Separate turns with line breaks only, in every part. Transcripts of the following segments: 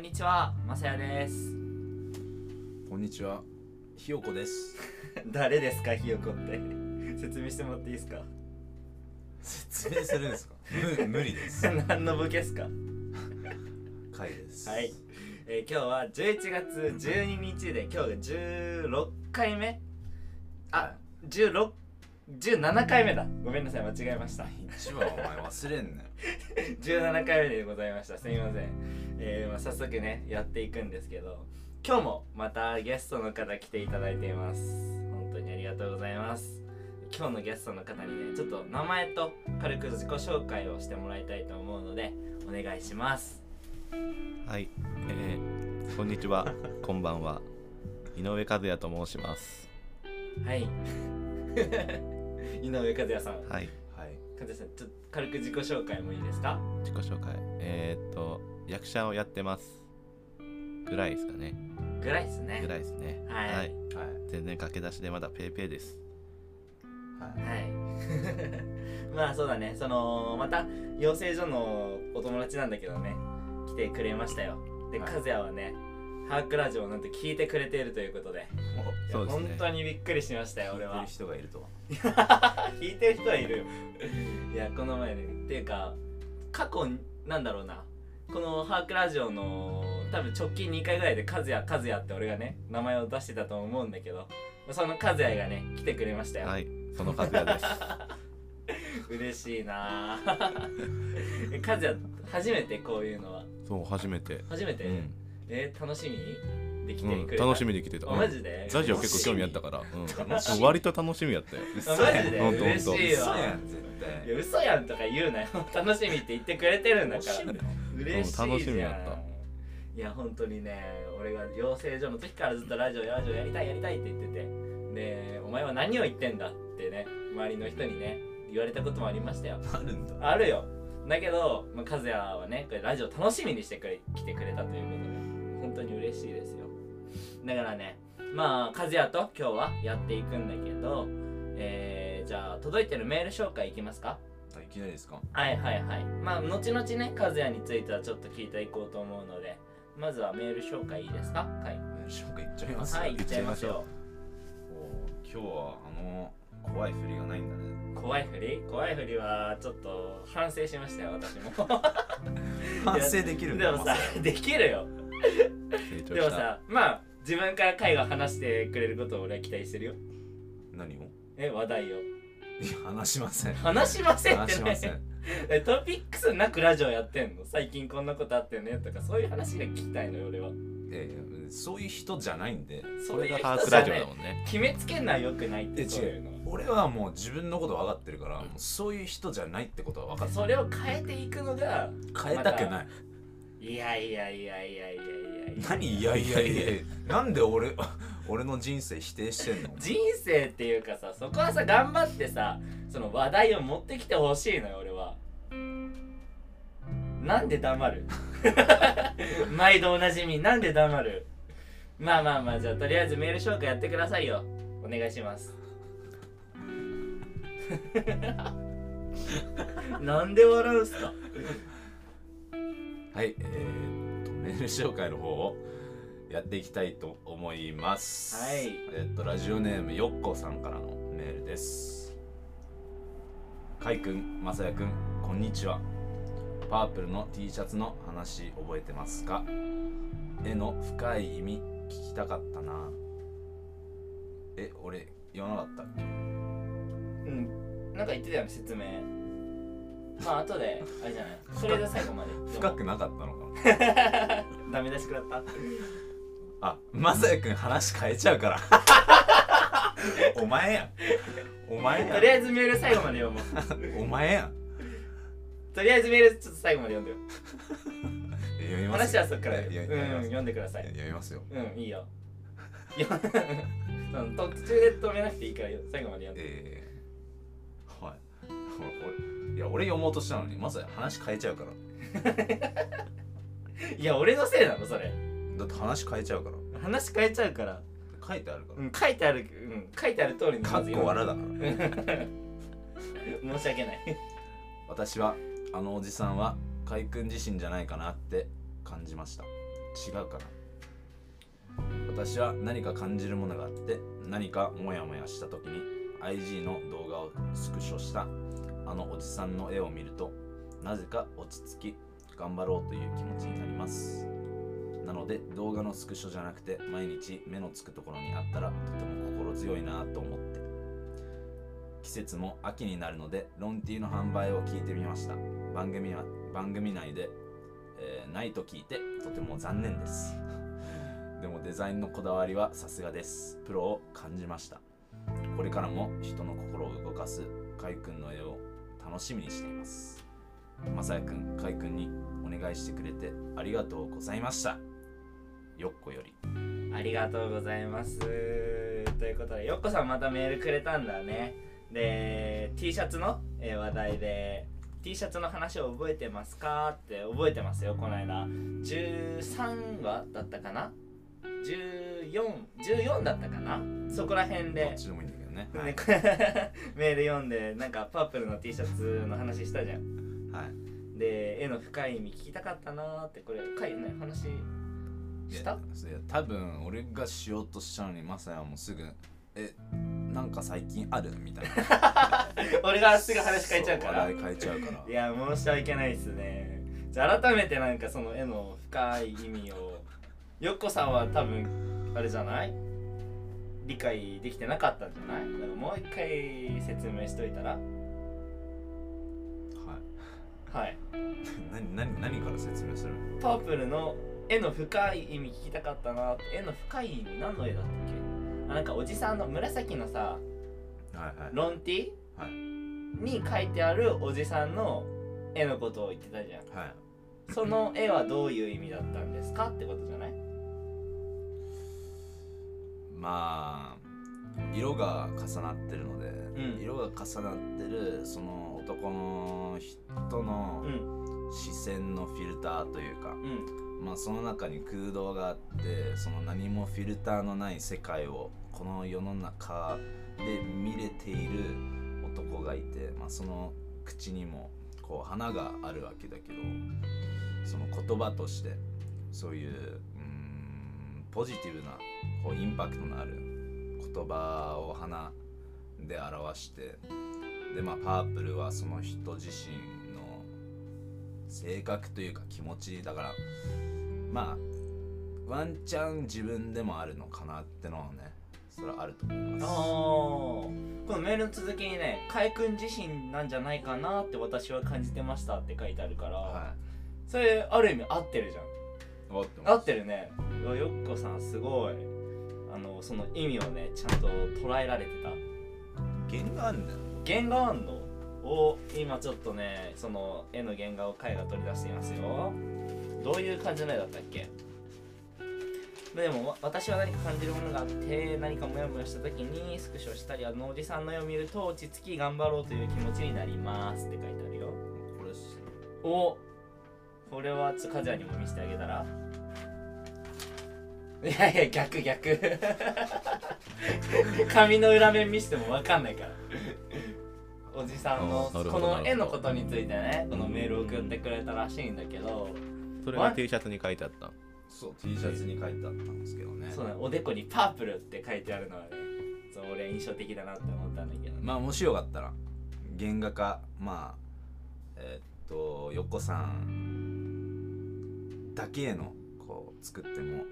にちは、まさやです。
こんにちは、ひよこです。
誰ですか、ひよこって。 説明してもらっていい ですか
説明するんで すか。む無理です。
何のボケですか
回です。
はい。えー今日は11月12日で、今日が16回目あ、16、17回目だ。ごめんなさい、間違えました。
一番お前忘れんなよ。
17回目でございましたすみません、えーまあ、早速ねやっていくんですけど今日もまたゲストの方来ていただいています本当にありがとうございます今日のゲストの方にねちょっと名前と軽く自己紹介をしてもらいたいと思うのでお願いします
はい、えー、こんにち は、こんばんは。井上和也と申します。
はい 井上和也さん和
はい、
はい。
也さんちょっと軽く自己紹介もいいですか
自己紹介。えー、っと、役者をやってます。ぐらいですかね。
ぐらいですね
ぐらいですね。
はいはい、
はい。
全然駆け出しでまだペーペーです。
は い。
まあそうだねそのまた養成所のお友達なんだけどね来てくれましたよで、
はい
和也はねハークラジオをなんと聞いてくれているということでいや
そうですね
本当にびっくりしましたよ俺
聞いて
は
る人がいるとは。
弾いてる人はいるよいやこの前ねっていうか過去なんだろうなこの「ハークラジオ」の多分直近2回ぐらいで「和也和也」って俺がね名前を出してたと思うんだけどその和也がね来てくれましたよ、
はい、その和 也です。
嬉しいな あえ和也初めてこういうのは
そう、初めて。
初めて、
うん、
えー楽しみできて
うん
くれた、
楽しみに来てた。
あ
うん
マジで
ラジオ結構興味あったから、
楽し
う
み
ん、割と楽しみやったよ。
嘘
あマジで
ほんとほんと
嬉しい
嘘
わ
やん、絶
いや
対。
嘘やんとか言うなよ 楽しみって言ってくれてるんだか
楽しみ
ら
だよ
嬉しいじゃん、
うん楽しみやった
いや本当にね俺が養成所の時からずっとラジオラジオやりたいやりたいって言っててでお前は何を言ってんだってね周りの人にね言われたこともありましたよ
あるんだ。
あるよだけど、まあ、和也はねこれラジオ楽しみにしてくれ来てくれたということで本当に嬉しいですよだからねまあ和也と今日はやっていくんだけどえー、じゃあ届いてるメール紹介いきますか
あいきなりですか。
はいはいはいまあ後々ね和也についてはちょっと聞いていこうと思うのでまずはメール紹介いいですかはい
紹介いっちゃいます。
はい
お
行っちゃいましょ
ー今日はあの怖い振りがないんだね。
う怖いふり怖いふりはちょっと反省しましたよ私 も
反省できるん
で
だ。
もさできるよ
成長
でも
した。
さまあ自分から会話話してくれることを俺は期待してるよ
何を？
え話題を
いや話しま せん。
話しませんっ
話
て
しま
ね
せん。
えトピックスなくラジオやってんの最近こんなことあってねとかそういう話が聞きたいのよ俺はい
やいやそういう人じゃないんで。
そ
これ
れ
が
が
ハークラジオだもんね。
決めつけんのはよくないっ
え
てそうい
違
う
う
のは
俺はもう自分のこと分かってるからもうそういう人じゃないってことは分かって
それを変えていくのが
る変えたくない
いやいやいやいやいやいやいや
何いやいやい やいやなんで俺 俺の人生否定してんの
人生っていうかさそこはさ頑張ってさその話題を持ってきてほしいのよ俺はなんで黙る 毎度おなじみなんで黙るまあまあまあじゃあとりあえずメール紹介やってくださいよお願いします なんで笑うんすか
はいえー、っとメール紹介の方をやっていきたいと思います
はい
えーっとラジオネームよっこさんからのメールですかいくんまさやくんこんにちはパープルの T シャツの話覚えてますか絵の深い意味聞きたかったなえ俺言わなかったっけ
うんなんか言ってたよね説明まあ後であれじゃないそれで最後まで
深くなかったのかな
ダメ出し食らった
あ、まさやくん話変えちゃ うから。お前やん。お前
とり
や
あえずメール最後まで読もう。
ん。お前やん。
とりあえずメールちょっと最後まで読んでよ。
読みます
話
よ。
はそっからよ。
いや
うん
いやいや、
読んでください。
読みますよ。
うん、いいよ。 いやうん途中で止めなくていいから最後まで読んで。
えー、はい。俺、いや、俺読もうとしたのに、まさや話変えちゃうから。
いや、俺のせいなのそれ。
だって話変えちゃうから。
話変えちゃうから。
書いてあるか
うん、書いてある、うん、書いてある通りに
ら。かっこ
ま
わらだから。
ず読んで。うん申し訳ない。
私はあのおじさんは海君自身じゃないかなって感じました違うかな私は何か感じるものがあって何かモヤモヤした時に IG の動画をスクショしたあのおじさんの絵を見るとなぜか落ち着き頑張ろうという気持ちになりますなので動画のスクショじゃなくて毎日目のつくところにあったらとても心強いなと思って季節も秋になるのでロンティーの販売を聞いてみました番組は番組内で、えーないと聞いてとても残念です でもデザインのこだわりはさすがですプロを感じましたこれからも人の心を動かすカイ君の絵を楽しみにしていますまさやくんカイ君にお願いしてくれてありがとうございましたよっこより
ありがとうございます。ということで、よっこさんまたメールくれたんだね。で、T シャツの、えー話題で、T シャツの話を覚えてますかって覚えてますよ、この間。13話だったかな ?14、14だったかなそこら辺
どっ
で、
ちでもいいんだけどねは
ね
い、
メール読んで、なんかパープルの T シャツの話したじゃん。
はい、
で絵の深い意味聞きたかったなーってこれ深いね話
いや
した
それ多分俺がしようとしたのにまさやもすぐ「えなんか最近ある?」みたいな
俺が すぐ話変えちゃうか
そ
ら
話題変えちゃうから
いや申し訳ないですねじゃあ改めてなんかその絵の深い意味をよっこさんは多分あれじゃない理解できてなかったんじゃないだからもう一回説明しといたら
はい
はい
何何何から説明する
パープルの絵の深い意味聞きたかったなーって絵の深い意味何の絵だったっけあなんかおじさんの紫のさ
はいはい
ロンティ、
はい
に書いてあるおじさんの絵のことを言ってたじゃん
はい
その絵はどういう意味だったんですかってことじゃない
まあ色が重なってるので、
ん
色が重なってるその男の人
う
の
ん
視線のフィルターというか、
うん
まあその中に空洞があってその何もフィルターのない世界をこの世の中で見れている男がいて、まあ、その口にもこう花があるわけだけどその言葉としてそういううーんポジティブなこうインパクトのある言葉を花で表してでまあパープルはその人自身の性格というか気持ちだからまあワンチャン自分でもあるのかなってのはねそれはあると思います
あーこのメールの続きにね「海君自身なんじゃないかなって私は感じてました」って書いてあるから、
は
それある意味合ってるじゃん
い終わってます
合ってるねうわよっこさんすごいあのその意味をねちゃんと捉えられてた
原画あるんだよ
原画あんのを今ちょっとねその絵の原画を絵が取り出していますよどういう感じの絵だったっけでもわ私は何か感じるものがあって何かモヤモヤした時にスクショしたりあのおじさんの絵を見ると落ち着き頑張ろうという気持ちになりますって書いてあるよ
これっす
おこれはちょカジュアにも見せてあげたらいやいや逆 逆髪の裏面見せても分かんないからおじさんの
あなる
こ
ほど
の絵のことについてねこのメールを送ってくれたらしいんだけど、
それが T シャツに書いてあった
そう T シャツに書いてあったんですけどね
そうねおでこに「パープル」って書いてあるのはねそう俺印象的だなって思ったんだけどね
まあもしよかったら原画家まあえーっと横さんだけへのこう作っても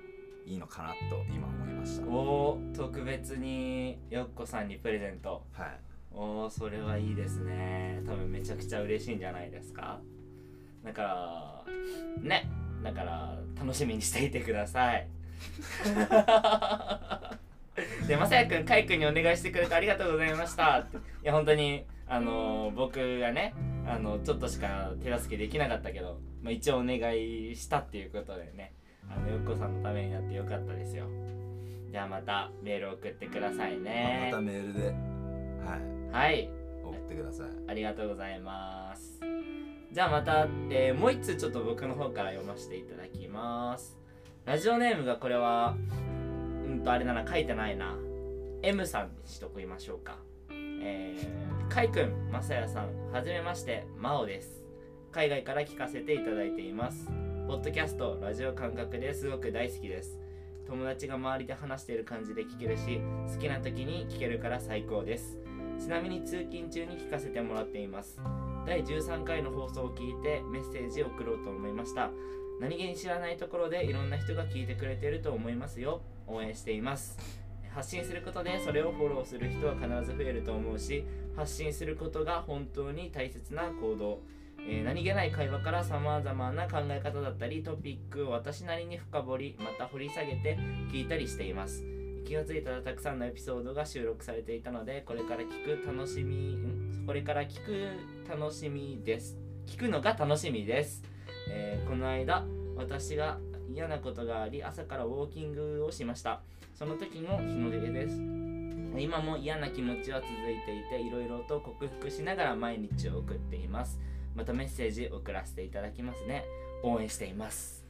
いいのかなと今思いました
おー特別によっこさんにプレゼント
はい
おおそれはいいですね多分めちゃくちゃ嬉しいんじゃないですかだからねだから楽しみにしていてください でまさやくんかいくんにお願いしてくれてありがとうございましたっていや本当にあの僕がねあのちょっとしか手助けできなかったけど、まあ、一応お願いしたっていうことでねあのよっこさんのためになってよかったですよじゃあまたメール送ってください
まあま
ね
たメールではい
はい
送ってください
ありがとうございます。じゃあまた、えーもう一通ちょっと僕の方から読ませていただきます。ラジオネームがこれは、うんとあれだな、書いてないな。M さんにしときましょうか。えー、かいくん、まさやさん、はじめまして、まおです。海外から聞かせていただいています。ポッドキャストラジオ感覚ですごく大好きです友達が周りで話している感じで聞けるし好きな時に聞けるから最高ですちなみに通勤中に聞かせてもらっています第13回の放送を聞いてメッセージを送ろうと思いました何気に知らないところでいろんな人が聞いてくれていると思いますよ応援しています発信することでそれをフォローする人は必ず増えると思うし発信することが本当に大切な行動、えー何気ない会話からさまざまな考え方だったりトピックを私なりに深掘りまた掘り下げて聞いたりしています気がついたらたくさんのエピソードが収録されていたのでこれから聞く楽しみんこれから聞く楽しみです聞くのが楽しみです、えーこの間私が嫌なことがあり朝からウォーキングをしましたその時も日の出です今も嫌な気持ちは続いていていろいろと克服しながら毎日を送っていますまたメッセージ送らせていただきますね応援しています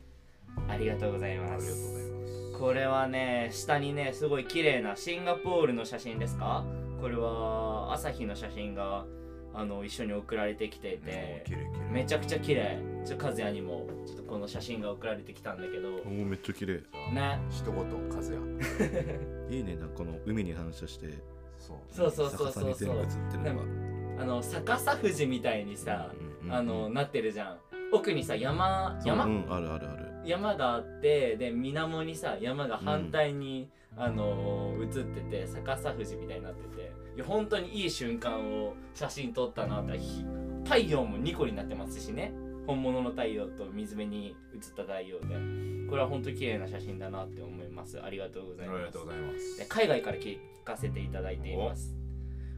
ありがとうござい
ありが
ま
とうご
す
ざいます
これはね下にねすごい綺麗なシンガポールの写真ですかこれは朝日の写真があの一緒に送られてきていて
おー綺麗綺麗
めちゃくちゃ綺麗ちょっと和也にもちょっとこの写真が送られてきたんだけ
お
ど
ーめっちゃ綺麗
ね
一言和也
いいねなんかこの海に反射して
そう
そうそうそう
逆さ
そう
に
そ
全部映っ
う
てるのが
あの逆さ富士みたいにさあのなってるじゃん奥にさ山山、
うんあるあるある
山があってで水面にさ山が反対に、あのー映ってて逆さ富士みたいになってていや本当にいい瞬間を写真撮ったなってひ太陽も2個になってますしね本物の太陽と水辺に映った太陽でこれは本当に綺麗な写真だなって思いますありがとうござい
あり
ます
がとうございます
で海外から聞かせていただいています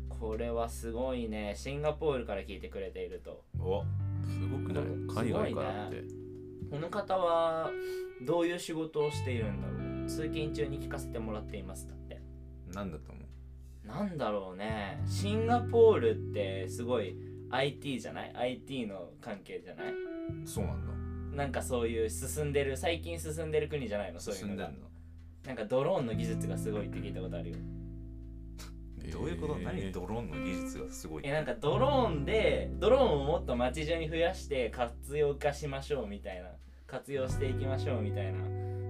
これはすごいねシンガポールから聞いてくれていると
お
すごくない
す
海
ごいね
外からって
この方はどういう仕事をしているんだろう通勤中に聞かせてもらっていますだって
なんだと思う
なんだろうねシンガポールってすごい IT じゃない IT の関係じゃない
そうなんだ
なんかそういう進んでる最近進んでる国じゃないのそういう
進ん
の
で
が
んの
なんかドローンの技術がすごいって聞いたことあるよ
どういうこと、
えー
何ドローンの技術がすごい
えなんかドローンでドローンをもっと街中に増やして活用化しましょうみたいな活用していきましょうみたいな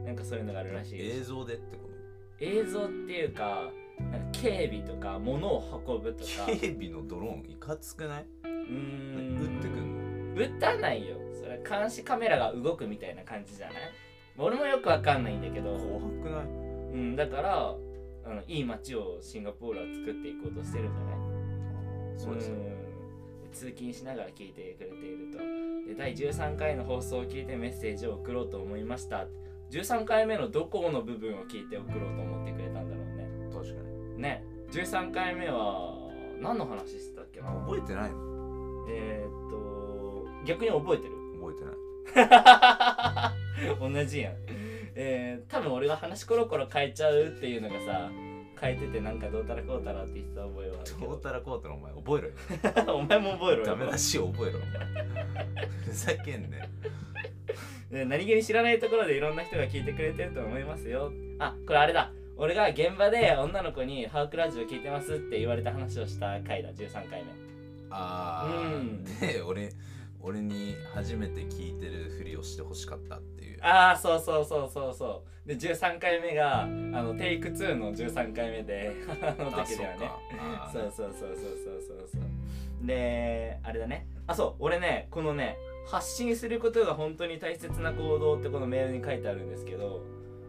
なんかそういうのがあるらしいです
映像でってこと
映像っていうかなんか警備とか物を運ぶと か
警備のドローンいかつくないう
ーん
撃ってくんの
ぶったないよそれは監視カメラが動くみたいな感じじゃない俺もよくわかんないんだけど、
怖くない
うん、だからあのいい街をシンガポールは作っていこうとしてるんじゃない
そうですよ
うん通勤しながら聞いてくれているとで第13回の放送を聞いてメッセージを送ろうと思いました13回目のどこの部分を聞いて送ろうと思ってくれたんだろうね
確かに
ね13回目は何の話してたっけな
覚えてないの
えー、っと逆に覚えてる
覚えてない
同じやんえー、多分俺が話コロコロ変えちゃうっていうのがさ変えててなんかどうたらこうたらって言ってた覚えはあるけ
どうたらこうたらお前覚えろよ
どお前も覚えろよ
ダメだし覚えろふざけんね
ね何気に知らないところでいろんな人が聞いてくれてると思いますよあこれあれだ俺が現場で女の子に「ハークラジオ聞いてます」って言われた話をした回だ13回目
あー、
うん
で俺俺に初めて聞いてるふりをしてほしかったっていう
ああそうそうそうそうそうで13回目があのテイク2の13回目で あの時ではね
あ
そ
そううか
そうそうそうそうそうそうであれだねあそう俺ねこのね発信することが本当に大切な行動ってこのメールに書いてあるんですけど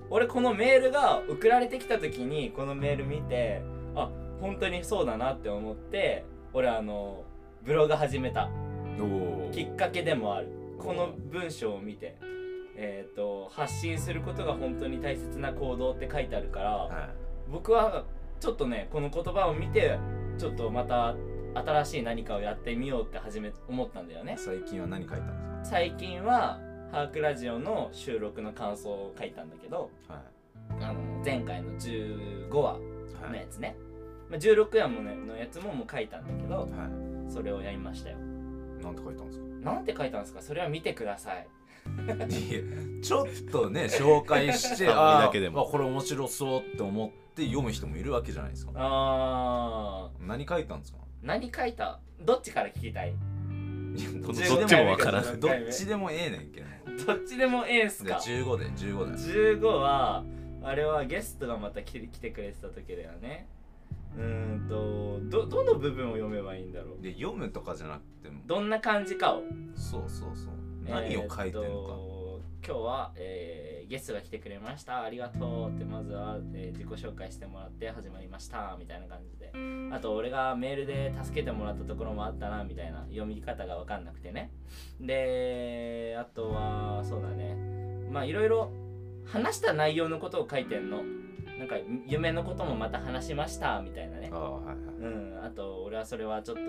俺このメールが送られてきた時にこのメール見てあ本当にそうだなって思って俺あのブログ始めた
あーおー
きっかけでもあるこの文章を見てえっ、と発信することが本当に大切な行動って書いてあるから、
は
僕はちょっとねこの言葉を見てちょっとまた新しい何かをやってみようって始め思ったんだよね
い、最近は何書いたんです
最近は「ハークラジオ」の収録の感想を書いたんだけど
かは
あの前回の15話
いは
の
い
やつね、まあ16話もねのやつももう書いたんだけど
は
それをやりましたよ
いなんて書いたんですか
なんて書いたんですかそれは見てください
いやちょっとね紹介して
あ
あ
だ
だ
け
け
で
で
も
もこれ面白そうって思って読む人もいるわけじゃないですか
あー
何書いたんですか
何書いたどっちから聞きたい
ど
15
どっちもわからん
回目
どっちでもええねんけど
どっちでもええんす
じゃあ
か
15で15で
15はあれはゲストがまた来て来てくれてた時だよねうーんとどどの部分を読めばいいんだろう
で読むとかじゃなくても
どんな感じかを
そうそうそう何を書いてん
えーっ
の
と今日は、えーゲストが来てくれましたありがとうってまずは、えー自己紹介してもらって始まりましたみたいな感じであと俺がメールで助けてもらったところもあったなみたいな読み方が分かんなくてねであとはそうだねまあいろいろ話した内容のことを書いてんのなんか夢のこともまた話しましたみたいなね
かああはいはい
うん、あと俺はそれはちょっと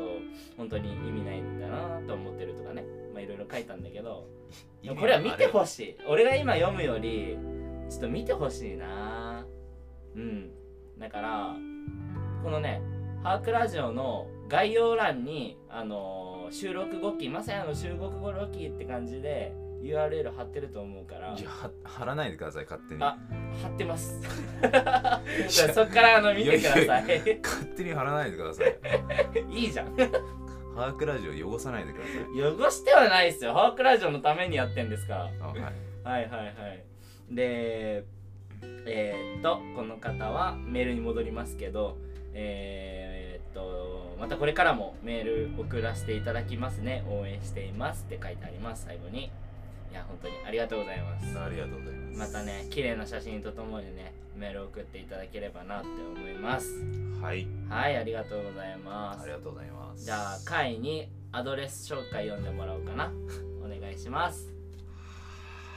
本当に意味ないんだなと思ってるとかねまあいろいろ書いたんだけどでもこれは見てほしい俺が今読むよりちょっと見てほしいなうんだからこのね「ハークラジオ」の概要欄にあのー収録後期まさやの収録後期って感じで URL 貼ってると思うから
いやは貼らないでください勝手に
あ貼ってますそっからあの見てください
勝手に貼らないでください
いいじゃん
ハークラジオ汚さないでください
汚してはないですよハークラジオのためにやってんですから
あはい
はいはいはいでえー、っとこの方はメールに戻りますけどえー、っとまたこれからもメール送らせていただきますね応援していますって書いてあります最後にいや本当にありがとうございます
ありがとうございます
またね綺麗な写真とともにねメール送っていただければなって思います
はい
はいありがとうございま
あ
す
りがとうございます
じゃあ会にアドレス紹介読んでもらおうかなお願いします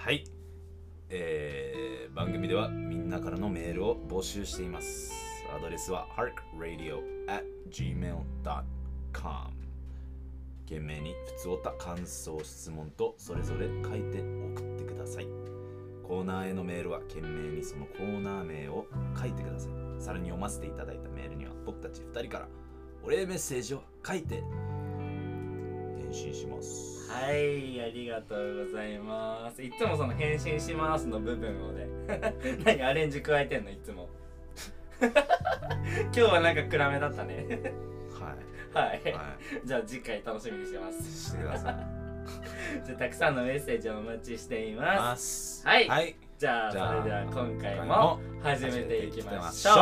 はい、えー、番組ではみんなからのメールを募集していますアドレスは harkradio.gmail.com 懸命に普通おた感想質問とそれぞれ書いて送ってくださいコーナーへのメールは懸命にそのコーナー名を書いてくださいさらに読ませていただいたメールには僕たち2人からお礼メッセージを書いて返信します
はいありがとうございますいつもその「返信します」の部分をね 何アレンジ加えてんのいつも 今日はなんか暗めだったね
は
はい、
い、はい
じゃあ次回楽しみにしてます
してください。
じゃあたくさんのメッセージをお待ちしています
ます
はい
はい。
じゃあ
じゃあ
それでは今回
今回
も
も
始めていきましょ
始
う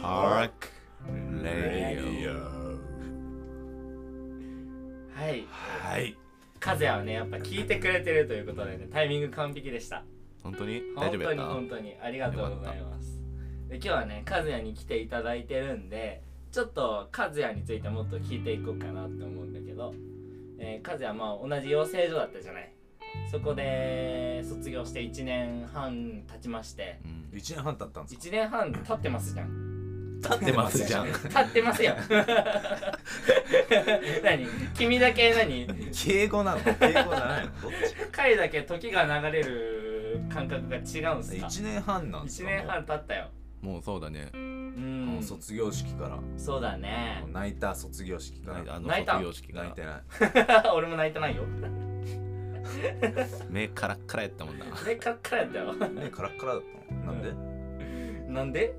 ハークレディオ
は
はい
い。
和也はねやっぱ聞いてくれてるということでねタイミング完璧でした
本当に大
本
丈夫
当
やっ
に
た
本当にありがとうございますで今日はね和也に来ていただいてるんでちょっと和也についてもっと聞いていこうかなって思うんだけど、えー、和也はまあ同じ養成所だったじゃないそこで卒業して1年半経ちまして
うん
一年半経ったんですか。
1年半経ってますじゃん
立ってます じゃん
経ってますよ 何君だけ何
敬語なの？敬語じゃない の？どっ
回だけ時が流れる感覚が違うんす
ち？
か
一年半なんです
1
か。
年半経ったよ
もうそうだね
う
もう。も
ん
う卒業式から、
そうだね
もう泣いた卒業式から。
あの
泣いた
卒業式が
泣いてない。
俺も泣いてないよ。
目からっからやったもんな
目からっからやったよ。
ねカラッカラだったの。なんで？
なんで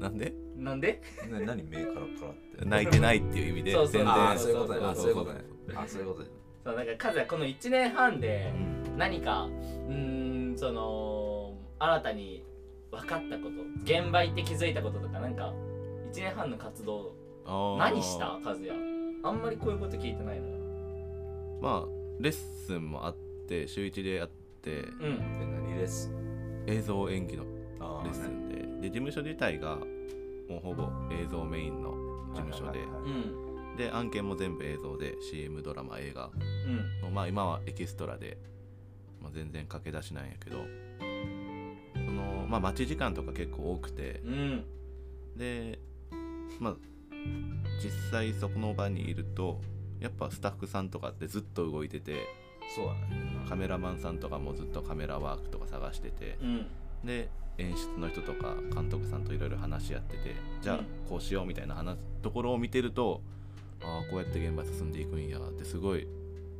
なんで
なんで
ね何目カラッカラって。
泣いてないっていう意味で
そうそう
全然
ああそういうことね。
そう
あそういうことね
そう。
あそういうことね。
そう、なんか、カズはこの1年半で
うん
何か、うーん、その、新たに分かったこと、現場行って気づいたこととか、なんか、1年半の活動、
あー
何したカズや。あんまりこういうこと聞いてないのよ。
まあレッスンもあって週一でやって
うん。
で何レッスン？
映像演技の
あ
レッスンでで事務所自体がもうほぼ映像メインの事務所で
うん。
で案件も全部映像で CM ドラマ映画
うん。
まあ今はエキストラで、まあ、全然駆け出しなんやけどその、まあ、待ち時間とか結構多くて
うん。
でまあ実際そこの場にいるとやっぱスタッフさんとかってずっと動いてて
そうだね。
カメラマンさんとかもずっとカメラワークとか探してて
うん。
で演出の人とか監督さんといろいろ話し合っててじゃあこうしようみたいな話ところを見てるとああこうやって現場進んでいくんやってすごい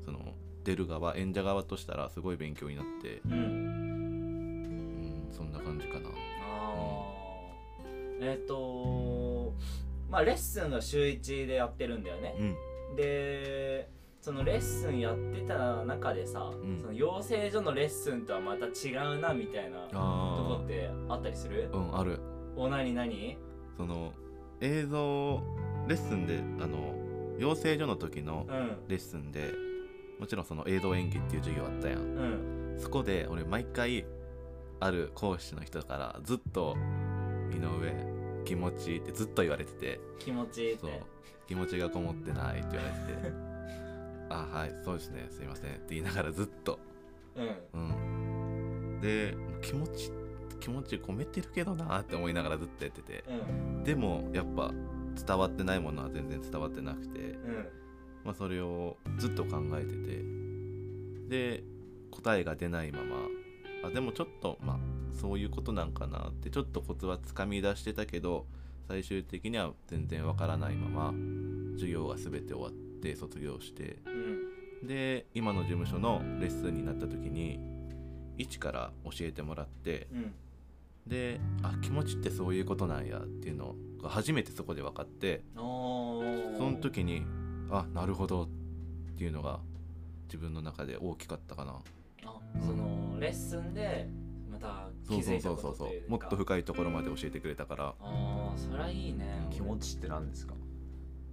その出る側演者側としたらすごい勉強になって
うん。
うんそんな感じかな
あー。えっと、まあ、レッスンが週1でやってるんだよね。
うん
でそのレッスンやってた中でさ、
ん
その養成所のレッスンとはまた違うなみたいなとこ
あ
ってあったりする
あうんある
おなになに
その映像レッスンであの養成所の時の
うん
レッスンでもちろんその映像演技っていう授業あったやん
うん
そこで俺毎回ある講師の人からずっと「井上気持ちいい」ってずっと言われてて
気持ちいいっ
そう
て
気持ちがこもってないって言われ てて「あはいそうですねすいません」って言いながらずっと
うん
うんで気持ち気持ち込めてるけどなって思いながらずっとやってて
うん
でもやっぱ伝わってないものは全然伝わってなくて、
うん
まあ、それをずっと考えててで答えが出ないままあでもちょっとまあそういうことなんかなってちょっとコツはつかみ出してたけど最終的には全然わからないまま授業が全て終わって卒業して
うん
で今の事務所のレッスンになった時に一から教えてもらって
うん
であ気持ちってそういうことなんやっていうのが初めてそこで分かって
おー
その時にあなるほどっていうのが自分の中で大きかったかな
あそのレッスンでまた
そ
気
うそ
づ
う
いた
そう
こ
そう
と
そ
というう
もっと
か
深いところまで教えてくれたから
ああそりゃいいね
気持ちって何ですか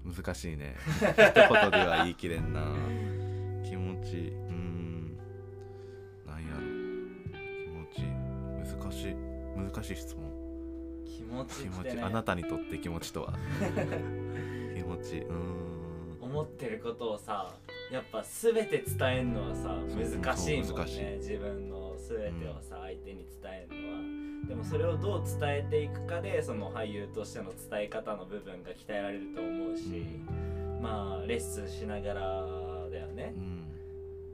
難しい ね一言では言い切れんな気持ちうーんなんやろ気持ち難しい難しい質問
気持ち
気
っ
持
て
ち
ね
あなたにとって気持ちと は気持ちうーん
思ってることをさやっぱ全て伝えるのはさ
そう
難しいもん
難しい
ね自分の全てをさ相手に伝えるのは、でもそれをどう伝えていくかでその俳優としての伝え方の部分が鍛えられると思うし、まあレッスンしながらだよね
う、ん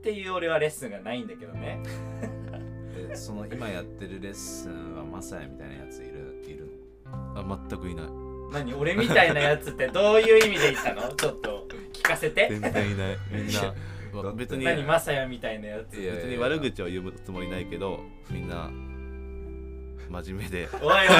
っていう俺はレッスンがないんだけどね
でその今やってるレッスンはマサヤみたいなやついるいるの
あ全くいない
何俺みたいなやつってどういう意味で言った のちょっと聞かせて
全然いないみん
いや
なわ別に
何マサヤみたいなやつ
いや
別に悪口を言うつもりないけどみんな真面目で
おいおいおいおいおいお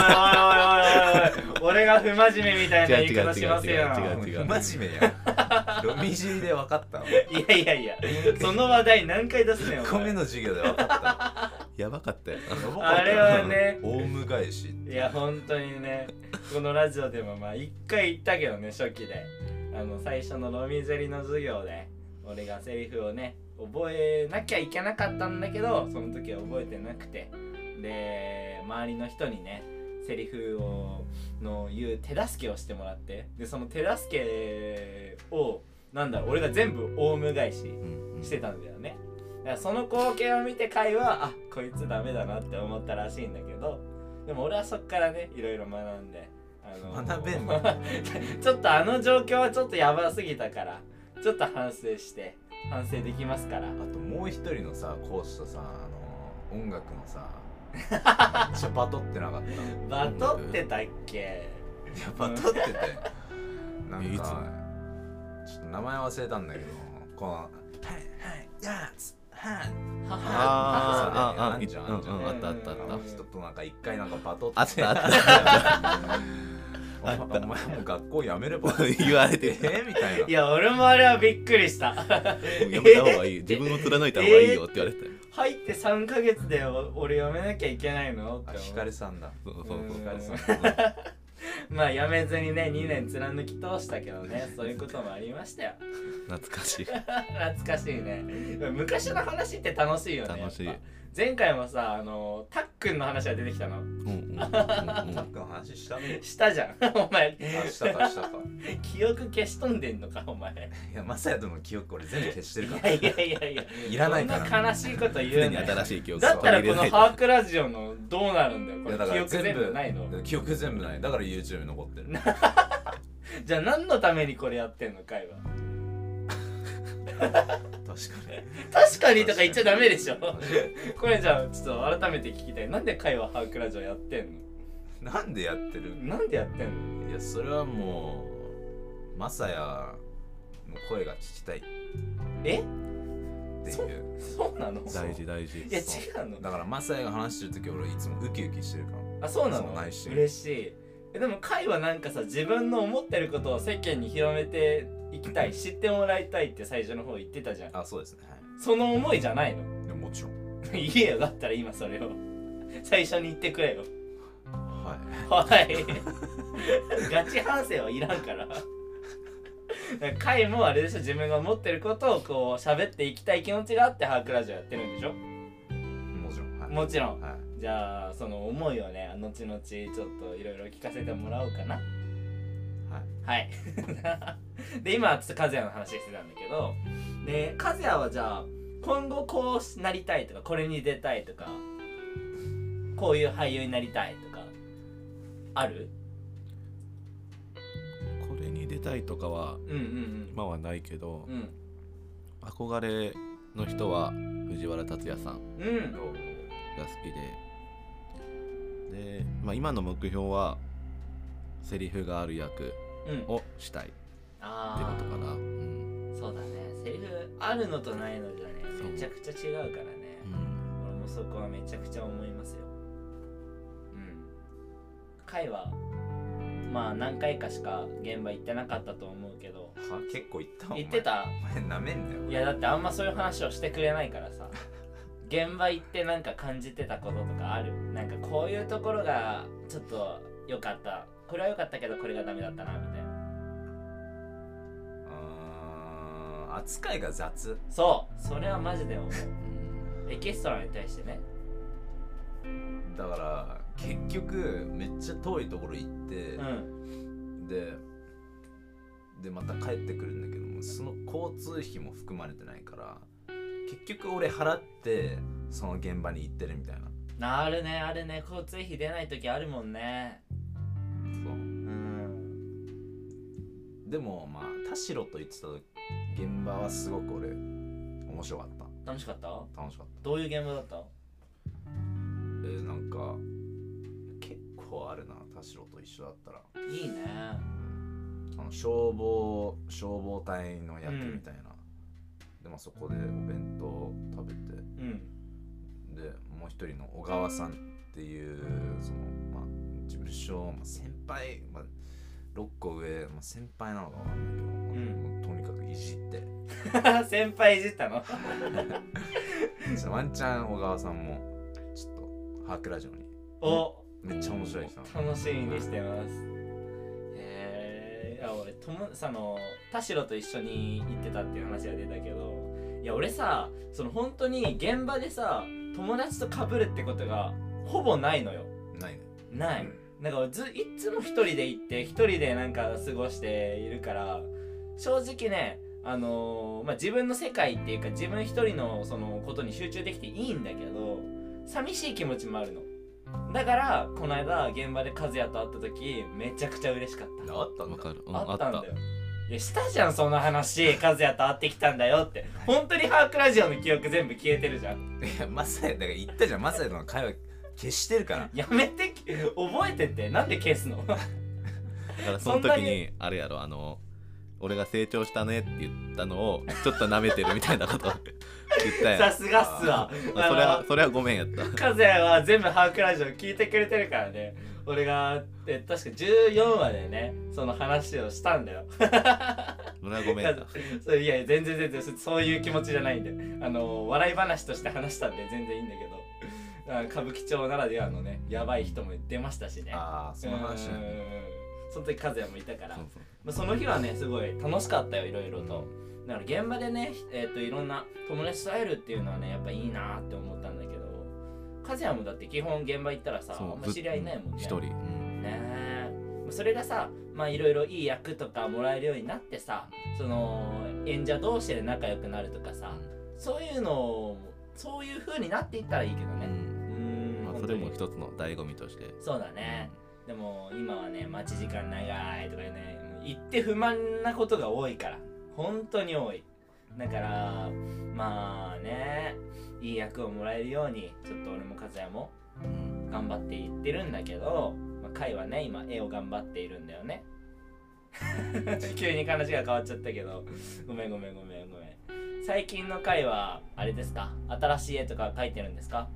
い俺が不真面目みたいな言い方しますよ
違う違う違う
違
違う
う真面目やんロミジリで分か ったわ
いやいやいやその話題何回出すねんお前
1個目の授業で分かったわ
やばかったよ
やばかった
あれはね
オウム返し
いや本当にねこのラジオでもまあ一回言ったけどね初期であの最初のロミゼリの授業で俺がセリフをね覚えなきゃいけなかったんだけどその時は覚えてなくてで周りの人にねセリフをの言う手助けをしてもらってでその手助けをなんだろう俺が全部オウム返し
うんうん
してたんだよねだからその光景を見て会はあこいつダメだなって思ったらしいんだけどでも俺はそっからねいろいろ学んであの
学べんの
ちょっとあの状況はちょっとやばすぎたからちょっと反省して反省できますから
あともう一人のさ講師とさあの音楽の さめっちゃバトってなかったいや
バトってたっけ
バトっててなん
えいつ
かちょっと名前忘れたんだけどこの「はいはいやつはい」
は
あーあーあー
あんじゃんあんじゃん
うんうんあったあったあっ
あ
た
の人となんか一回なんかバトって
あったあった
お前お前もう学校やめ れば
言われて
えーみたいない
や俺もあれはびっくりした
やめた方がいい自分を貫いた方がいいよって言われたよ
入って3ヶ月でお俺やめなきゃいけないのって
あ
思う
ひかるさんだ
そうそう
うん
そう
ひかるさん
まあやめずにね2年貫き通したけどねそういうこともありましたよ
懐かしい
懐かしいね昔の話って楽しいよね
楽しい
やっぱ前回もさあのたっくんの話が出てきたの
うんうんうんうん
タックの話したね
したじゃん お前
あしたかしたか
記憶消し飛んでんのかお前
いやまさやとの記憶俺全部消してるから
いやいやいやいや
いらないから
そんな悲しいこと言
常
う
に
なよ
新しい記憶を
だったら
取り
こ
入
の
れ
ハ
ない
ークラジオのどうなるんだよこ
いや
れ
だか
記
ら
憶全部ないの
記憶全部ないだから YouTube に残ってる
じゃあ何のためにこれやってんの会話
確か
確かにとか言っちゃダメで しょ
に
これじゃあちょっと改めて聞きたいなんで会話ハークラジオやってん
なんでやってる
のなんでやってんの
いやそれはもうマサヤの声が聞きたいっ
え
ていう
そうなの
大事大事
いや違
そう
の
だからマサヤが話してる時俺いつもウキウキしてるから
あそうな
そう
の
ないし
嬉しいえでも会はなんかさ自分の思ってることを世間に広めて行きたい知ってもらいたいって最初の方言ってたじゃん
あそうですねは
その思いじゃないの
いでももちろん
言えよだったら今それを最初に言ってくれよ
はい
はい。ガチ反省はい らんから。回もあれでしょ自分が思ってることをこう喋っていきたい気持ちがあってハークラジオやってるんでしょ
もちろんはい
もちろん
はい
じゃあその思いをね後々ちょっといろいろ聞かせてもらおうかな
はい
はい で今はちょっと和也の話してたんだけどで和也はじゃあ今後こうなりたいとかこれに出たいとかこういう俳優になりたいとかある
これに出たいとかは
うんうん
今はないけど、
うんうん
憧れの人は藤原竜也さ
う
ん
ん
が好きでで、まあ、今の目標はセリフがある役
うん
をしたいってこと
あ
かな、うん
あそうだねセリフあるのとないのじゃね
そう
めちゃくちゃ違うからね
うん
俺もそこはめちゃくちゃ思いますようん回はまあ何回かしか現場行ってなかったと思うけど
は結構行ったわお前
行ってた
お前なめんなよ
いやだってあんまそういう話をしてくれないからさ現場行ってなんか感じてたこととかあるなんかこういうところがちょっと良かったこれは良かったけどこれがダメだったなみたいな
うーん扱いが雑
そうそれはマジで思う
うん
エキストラに対してね
だから結局めっちゃ遠いところ行って、
うん
ででまた帰ってくるんだけどもその交通費も含まれてないから結局俺払ってその現場に行ってるみたいな
なあるねあるね交通費出ない時あるもんね
そう
うん
でもまあ田代と行ってた時現場はすごく俺面白かっ
楽しかった
た楽しかった
どういう現場だった
えーなんか結構あるな田代と一緒だったら
いいね
あの消防消防隊の役みたいな、でもそこでお弁当を食べて
うん
でもう一人の小川さんっていうそのまあ事務所、まあ、先輩、まあ、6個上、まあ、先輩なのかわかんないけど、もうとにかくいじって
先輩いじったの
そのワンチャン小川さんもちょっとハークラジオに
お
めっちゃ面白い人なの
楽しみにしてますへえいや俺ともその田代と一緒に行ってたっていう話が出たけどいや俺さその本当に現場でさ友達と被るってことがほぼないのよ
ないね
ない、なんかずいつも一人で行って一人でなんか過ごしているから正直ねあのーまあ、自分の世界っていうか自分一人のそのことに集中できていいんだけど寂しい気持ちもあるのだからこの間現場で和也と会った時めちゃくちゃ嬉しかっ
あった
わ
ん
か
だ
る、う
た、あったんだよいやしたじゃんその話和也と会ってきたんだよって本当にハークラジオの記憶全部消えてるじゃん
いやまさやだから言ったじゃんまさやとの会話消してるから
やめて覚えてってなんで消すの
だからその
そ
時
んな
にあれやろあの俺が成長したねって言ったのをちょっと舐めてるみたい なこと言ったや
さ
ん
すがっすわ
まあそれはそれはごめんやった
カズヤは全部ハークラジオ聞いてくれてるからね俺がえ確か14話でねその話をしたんだよ
それはごめんやった
それいや全然全然そそういう気持ちじゃないんであの笑い話として話したんで全然いいんだけどあ歌舞伎町ならではのねやばい人も出ましたしね
ああその話
うんうんうんその時カズヤもいたから
そうそう
まあ、その日はねすごい楽しかったよいろいろとだから現場でね、えっといろんな友達と会えるっていうのはねやっぱいいなって思ったんだけど和也もだって基本現場行ったらさあ
そうん
ま知り合いいないもんね
ずっと一人、う
ね
ん
えまあそれがさまあいろいろいい役とかもらえるようになってさその演者同士で仲良くなるとかさそういうのをそういう風になっていったらいいけど
う
ね
ん
うん
まあ、それも一つの醍醐味として
そうだねでも今はね待ち時間長いとかねもう行って不満なことが多いから本当に多いだからまあねいい役をもらえるようにちょっと俺も和也も
うん
頑張っていってるんだけど、まあ、海はね今絵を頑張っているんだよね 急に話が変わっちゃったけどごめんごめんごめんごめん最近の回はあれですか新しい絵とか描いてるんですか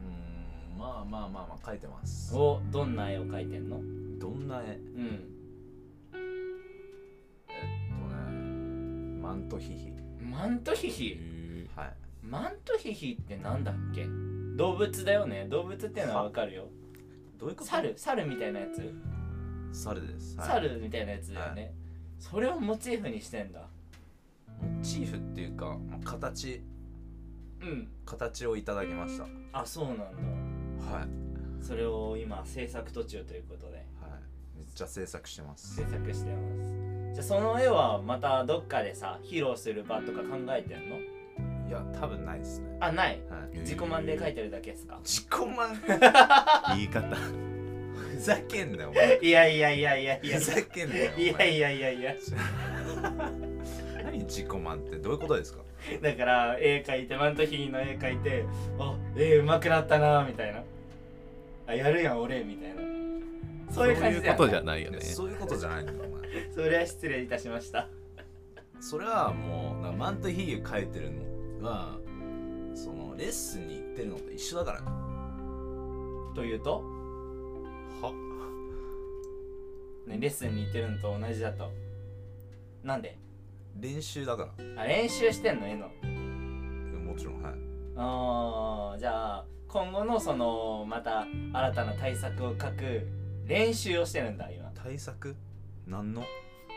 うんまあまあまあまあ書いてます
おどんな絵を描いてんの
どんな絵
うん
えっとねトヒヒ
マントヒヒ
へ
はい
マントヒヒってなんだっけ動物だよね動物ってのはわかるよ
どういうこと
猿猿みたいなやつ、
猿です、はい
猿みたいなやつだよね、それをモチーフにしてんだ
モチーフっていうか、まあ、形
うん
形をいただきましたはい
あそうなんだ
はい
それを今制作途中ということで
めっちゃ制作してます
制作してますじゃあその絵はまたどっかでさ披露する場とか考えてんの
いや多分ないですね
あない
はい
え
自己満で描いてるだけですか
自己満
言 い方
ふざけんなよお前
いやいやいやい やいや
ふざけんなよお
い
前
やいやいやいや
何自己満ってどういうことですか
だから絵描いてマントヒーの絵描いてあ絵うまくなったなみたいなあやるやん俺みたいなそういう感じだよね
ことじゃないよね
ねそういうことじゃないのお前
それは失礼いたしました
それはもうなんかマントヒー描いてるのがそのレッスンに行ってるのと一緒だからね
というと、
は
ね、レッスンに行ってるのと同じだとなんで
練習だから
あ練習してんの絵の
もちろんはい
あーじゃあ今後のそのまた新たな対策を書く練習をしてるんだ今
対策何の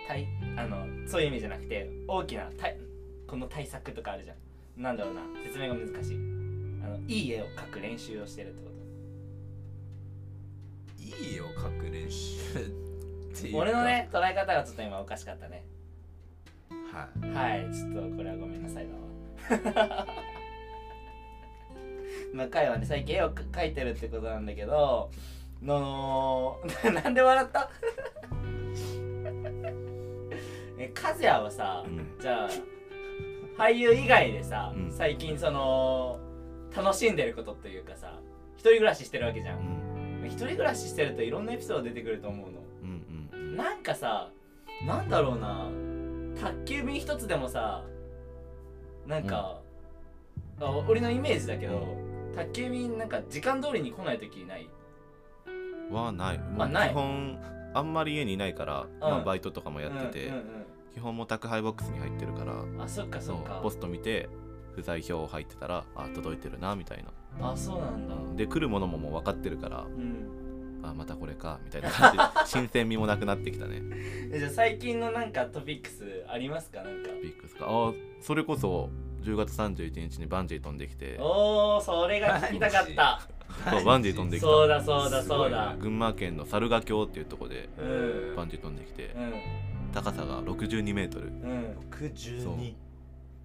対あのそういう意味じゃなくて大きな対この対策とかあるじゃんなんだろうな説明が難しいあのいい絵を描く練習をしてるってこ
いいよ描く練習ってい
と
うか
俺のね捉え方がちょっと今おかしかったね
は
はいちょっとこれはごめんなさいだわまあ彼はね最近絵を描いてるってことなんだけどの なんで笑ったえ和也はさ、
うん
じゃあ俳優以外でさ、
うん
最近その楽しんでることというかさ一人暮らししてるわけじゃ
うんん
一人暮らししてるといろんなエピソード出てくると思うの
うんうんうん
なんかさなんだろうな宅急便一つでもさなんか、あ俺のイメージだけど宅急便なんか時間通りに来ない時ない
はない
あない
基本あんまり家にいないから、まあ、バイトとかもやってて、
うん
基本もう宅配ボックスに入ってるから
うんうん、あそっかそっか
ポスト見て不在票入ってたらあ届いてるなみたいな
あそうなんだ
で来るものももう分かってるから
うん
あまたこれかみたいな感じ で新鮮味もなくなってきたね
えじゃあ最近のなんかトピックスありますかなんか
ビッグスかあそれこそ10月31日にバンジー飛んできて
おおそれが聞きたか った
そうバンジー飛んできた
そうだそうだそう
す
だ
ごいね群馬県の猿ヶ京っていうとこで
うんうん
バンジー飛んできて
うん
高さが6 2メートル
うん
そう
62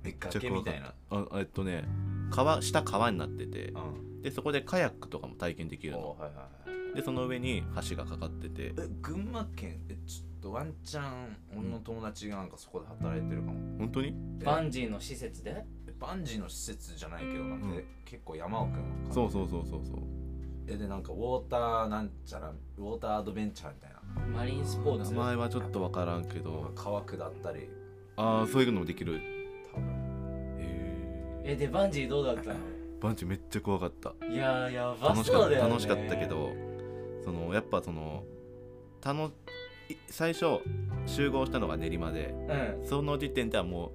でっか
めっち
け
ゃ怖
み
か
たい
っ
な
あえっとね川下川になってて
うん
でそこでカヤックとかも体験できるの
おはいはいはい
でその上に橋がかかってて
え群馬県えちょっとワンチャン俺の友達がなんかそこで働いてるかも、
本当に
バンジーの施設で
えバンジーの施設じゃないけどなんか、
うん
結構山奥の
そうそうそうそうそう
えでなんかウォーターなんちゃらウォーターアドベンチャーみたいな
マリンスポー
名
ツ
前はちょっとわからんけど
川下ったり
ああそういうのもできる
多分
えでバンジーどうだった
バンジーめっちゃ怖かった
のいやーやば
楽し
そう
かっ
だ
た
よね
楽しかったけどそのやっぱその楽い最初集合したのが練馬で
うん
その時点ではも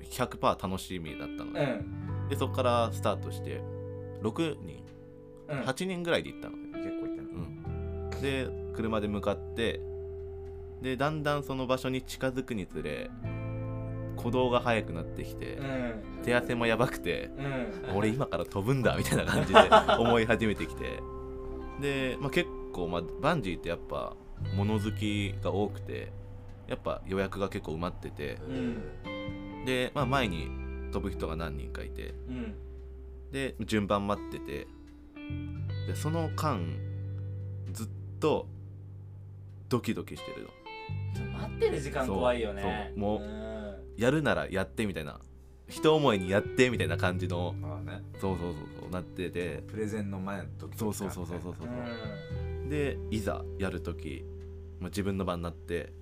う100%楽しみだったの
う
で,、
ん
でそこからスタートして6人
うん
8人ぐらいで行ったのね、
結構いたの
うん、で車で向かってでだんだんその場所に近づくにつれ鼓動が速くなってきて、
うん
手汗もやばくて
うん
俺今から飛ぶんだみたいな感じで思い始めてきてで、まあ、結構、まあ、バンジーってやっぱ物好きが多くてやっぱ予約が結構埋まってて
うん
で、まあ、前に飛ぶ人が何人かいて
うん
で順番待っててでその間ずっとドキドキしてるの
ちょ待ってる時間怖いよね
そうもうんやるならやってみたいな一思いにやってみたいな感じの
まあね
そうそうそうそうなってて
プレゼンの前の時
そうそうそうそうそうそううんでいざやる時、まあ、自分の番になって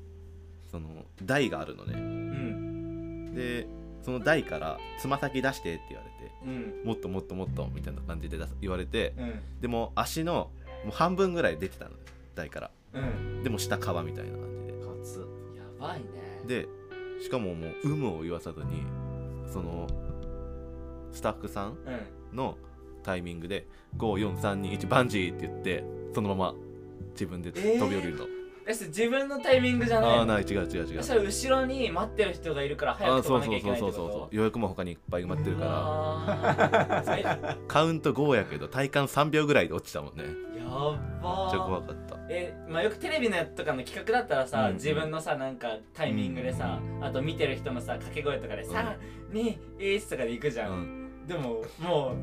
その台があるのね
うん
でその台からつま先出してって言われて
うん
もっともっともっとみたいな感じで出す言われて
うん
でも足のもう半分ぐらい出てたのよ台から
うん
でも下皮みたいな感じで
かつ
やばいね
でしかももう有無を言わさずにそのスタッフさん
うん
のタイミングで54321バンジーって言ってそのまま自分で飛び降りるの、
えそれ自分のタイミングじゃ
あ
な
あ
い
な
の
い違う違う違う
それ後ろに待ってる人がいるから
あ
早
あ
く飛
そう
ばな
そ
きゃ
う
いけな
そう
いって
そ
こ
うそうそ
と
う予約も他にいっぱい埋まってるから
あーや
カウント5やけど体感3秒ぐらいで落ちたもんねめっち
っば
ゃ
ー
怖かった
えまあ、よくテレビのやつとかの企画だったらさ、
うん
自分のさなんかタイミングでさ、あと見てる人のさ掛け声とかで「さ、ねえーす」とかで行くじゃ、
うんん
でもも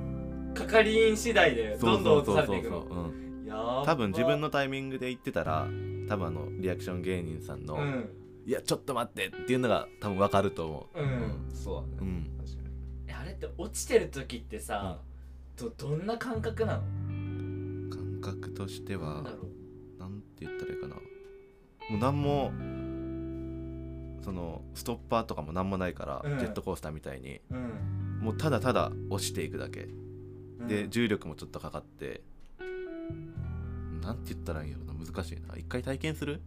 う係員次第でどんどん落とされていくの
うん
やーば
多分自分のタイミングで言ってたら多分あのリアクション芸人さんの
う
「
ん
いやちょっと待って」っていうのが多分わかると思
うん、
そう
う
だ
う
ね、
ん
確かに
えあれって落ちてる時ってさ、どどんな感覚なの
感覚として
な
は
んだろう
なんて言ったらいいかなもう何もそのストッパーとかも何もないから、
うん
ジェットコースターみたいに
うん
もうただただ落ちていくだけ、
うん
で重力もちょっとかかってなんて言ったらいいんやろな難しいな一回体験する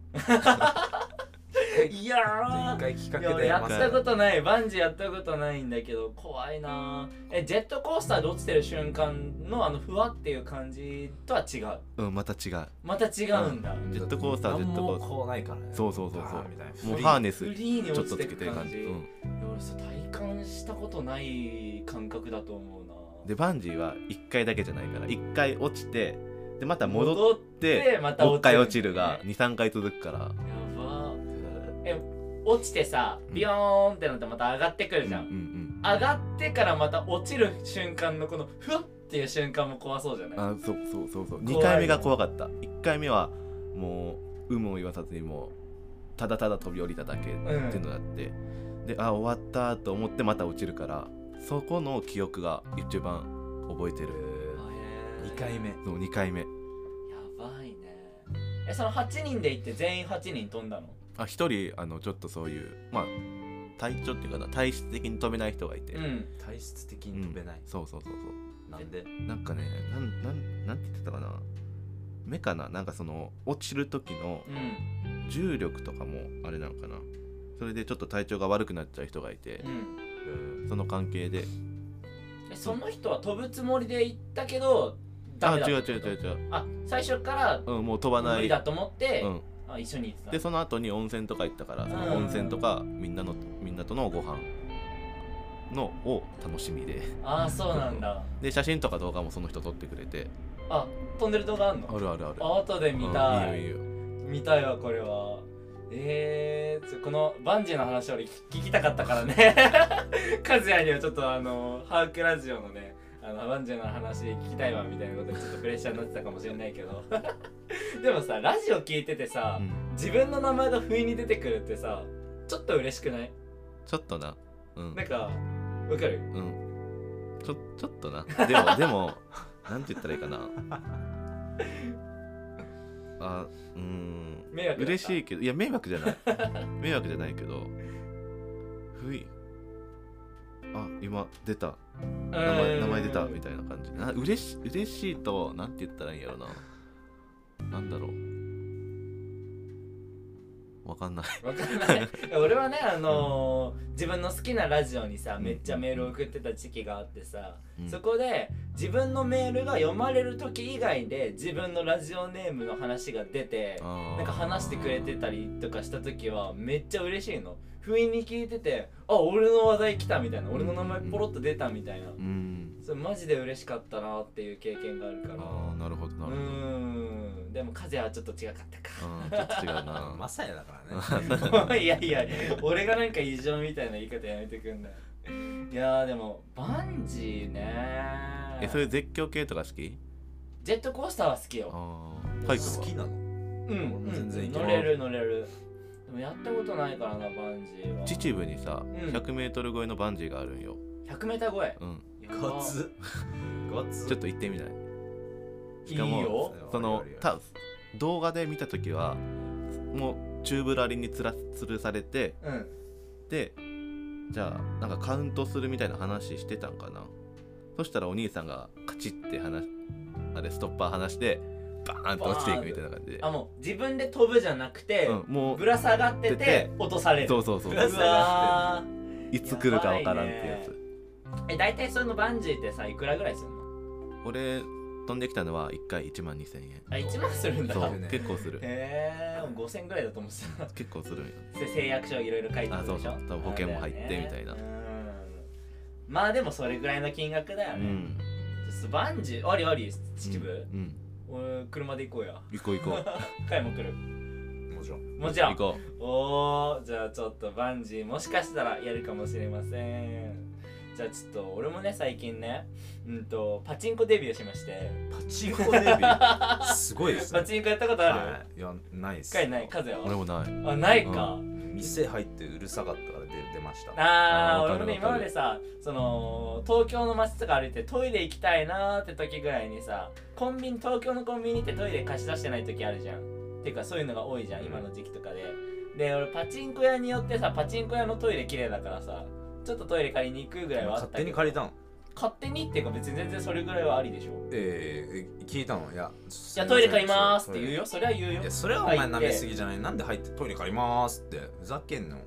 いや
じゃあ
ー
一回企
いや
画
俺
で
やっ
まさ
たことないバンジーやったことないんだけど怖いなーえジェットコースターで落ちてる瞬間のあのふわっていう感じとは違う
うんまた違う
また違うんだ、
ジェットコースタージェットコー
何も
スター
こうないからね
そうそうそうそう
バーンみたいな
もうハー
ネ
ネス
フ
ち
リーに
ょ
落
っと
ち
つ
て
け
く
てる
感
感じ、
じ、
う
いや
ん、
俺それ体感したことない感覚だと思うな
でバンジーは1回だけじゃないから1回落ちてでまた戻っ
戻っててまた
もう
落
1
ちる
回落ちるが23回続くから
やばーえ落ちてさビヨーンってなってまた上がってくるじゃん、
うんうん
上がってからまた落ちる瞬間のこのふわっていう瞬間も怖そうじゃない
あそうそうそうそう
怖い
2回目が怖かった1回目はもう有無を言わさずにもうただただ飛び降りただけっていうのがあって、であ終わったと思ってまた落ちるからそこの記憶が一番覚えてる
へー
2回目
の2回目
やばいねえその8人で行って全員8人飛んだの
あ1人あのちょっとそういうまあ体調っていうかな体質的に飛べない人がいて、
うん
体質的
うん
に飛べない、
そうそうそうそ
なんで
うなんかねなんなんなんて言ってたかな目かななんかその落ちる時の
うん
重力とかもあれなのかなそれでちょっと体調が悪くなっちゃう人がいて
う、ん
その関係で
えその人は飛ぶつもりで行ったけどダ
あ
メだ
違う
っ
違う
た
違う違う、
あ最初から
うん、もう飛ばな
無
い
理だと思って、
うん、
あ一緒に行ってた
でその後に温泉とか行ったからその温泉とかみんなのみんなとのご飯のを楽しみで
ああそうなんだ
で写真とか動画もその人撮ってくれて
あ飛んでる動画あんの
あるあるある
あ後で見た
うんい
い
いよいいよ
見たいわこれはえー、ちょこのバンジーの話俺聞聞きたかったからね 和也にはちょっとあのハークラジオのねあのバンジーの話聞きたいわみたいなことでちょっとプレッシャーになってたかもしれないけど でもさラジオ聞いててさ、
うん
自分の名前が不意に出てくるってさちょっと嬉しくない
ちょっとなうん
なんかわかる
うんちょちょっとなでも でもなんて言ったらいいかなあうーん
迷惑だった
嬉しいけどいや迷惑じゃない迷惑じゃないけどふいあ今出た
名
名前名前出たみ
い
たいな感じな嬉し嬉しいとなんて言ったらいいんやろななんだろうわかんない
わかんない 俺はねあのー自分の好きなラジオにさめっちゃメール送ってた時期があってさ、
うん
そこで自分のメールが読まれる時以外で自分のラジオネームの話が出て
あー
なんか話してくれてたりとかした時はめっちゃ嬉しいの不意に聞いててあ俺の話題来たみたいな俺の名前ポロッと出たみたいな
うん
それマジで嬉しかったなっていう経験があるから
ああなるほどな
う
るほど
ーんでも風はちょっと違か った
うんちょっと違う
あ
な
まさやだからね
かいやいや俺がなんか異常みたいな言い方やめてくんだよいやーでもバンジーねー
えそういう絶叫系とか好き
ジェットコースターは好きよ
ああカイ君
好
は
きなの
う
俺も
ん、
全然いけ
乗
る
れる乗れるでもやったことないからなバンジーは
秩父にさ、
ん
100m 超えのバンジーがあるんよ、
100m 超え
うん、
ゴツゴツ
ちょっと行ってみない
い
し
い
かも
よ
そのた動画で見た時はもうチューブラリにつら吊るされて
うん
でじゃあなんかカウントするみたいな話してたんかなそしたらお兄さんがカチッて話あれストッパー離してバーンと落ちていくみたいな感じで
あもう自分で飛ぶじゃなくて、
うん、もう
ぶら下がってて
て
落とされる
そうそうそう
ぶら下が
がって
いつ来るかわからんってや
やばい
つ
え大体そのバンジーってさいくらぐらいするの
俺飛んできたのは1回1万2000円
あ1万するんだ
そ
そうね
う結構する
へえ5000ぐらいだと思ってた
結構するんよ
で誓約書いろいろ書いてあるでしょ
あそうそう多分保険も入ってみたいな
あれだよねうんまあでもそれぐらいの金額だよ
う
ね、
ん
スバンジーありあり秩父、
うんうん
俺車で行こうや
行こう行こう
彼も来る
もちろん
もちろ
行
ん
こ
おーじゃあちょっとバンジーもしかしたらやるかもしれませんじゃあちょっと俺もね最近ねうんとパチンコデビューしまして
パチンコデビ ューすごいですね
パチンコやったことある、
はいいやないです
一回ない風
う
は
俺もない
あないか、
店入ってうるさかったから出出ました
あー
あー
俺もね
わか
今
るわかる
までさその東京の街とか歩いてトイレ行きたいなーって時ぐらいにさコンビニ東京のコンビニってトイレ貸し出してない時あるじゃんっていうかそういうのが多いじゃん今の時期とかでで俺パチンコ屋によってさパチンコ屋のトイレ綺麗だからさちょっとトイレ借りに行くぐらいはあった
勝手に借りたの
勝手にっていうか別に全然それぐらいはありでしょ
ええ聞いたのいやい
じゃあトイレ借りまーすって言うよそれは言うよ
いやそれはお前舐めすぎじゃないなんで入ってトイレ借りまーすってふざけんの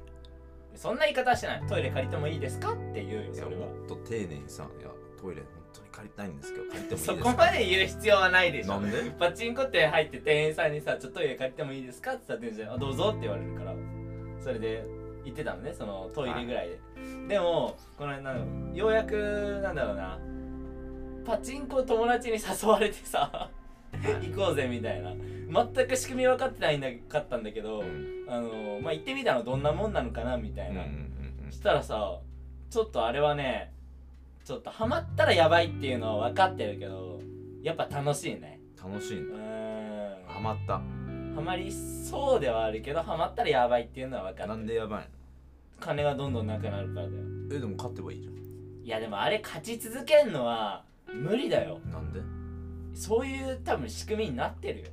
そんな言い方はしてないトイレ借りてもいいですかって言うよ
いや
それは
もっと丁寧にさいやトイレ本当に借りたいんですけど借りてもいい
そ
です
こ
か
まで言う必要はないでしょ
なんで
パチンコ店入って店員さんにさ「ちょっとトイレ借りてもいいですか?」って言ったら店員さんにあ「どうぞ」って言われるからそれで行ってたのねそのトイレぐらいで、でもこの間ようやくなんだろうなパチンコ友達に誘われてさ 行こうぜみたいな全く仕組み分かってないんだかったんだけど、
うん
あのまあ行ってみたのどんなもんなのかなみた
う
い
んうん
な、
うん
したらさちょっとあれはねちょっとハマったらやばいっていうのは分かってるけどやっぱ楽しいね
うん楽しいん
う
だ
ーん
ハマった
ハマりそうではあるけどハマったらやばいっていうのは分か
な
る
んでやばい
金がどんどんなくなるからだよ
のえでも勝てばいいじ
いやでもあれ勝ち続けんのは無理だよ
ゃんなんで
そういう多分仕組みになってるよ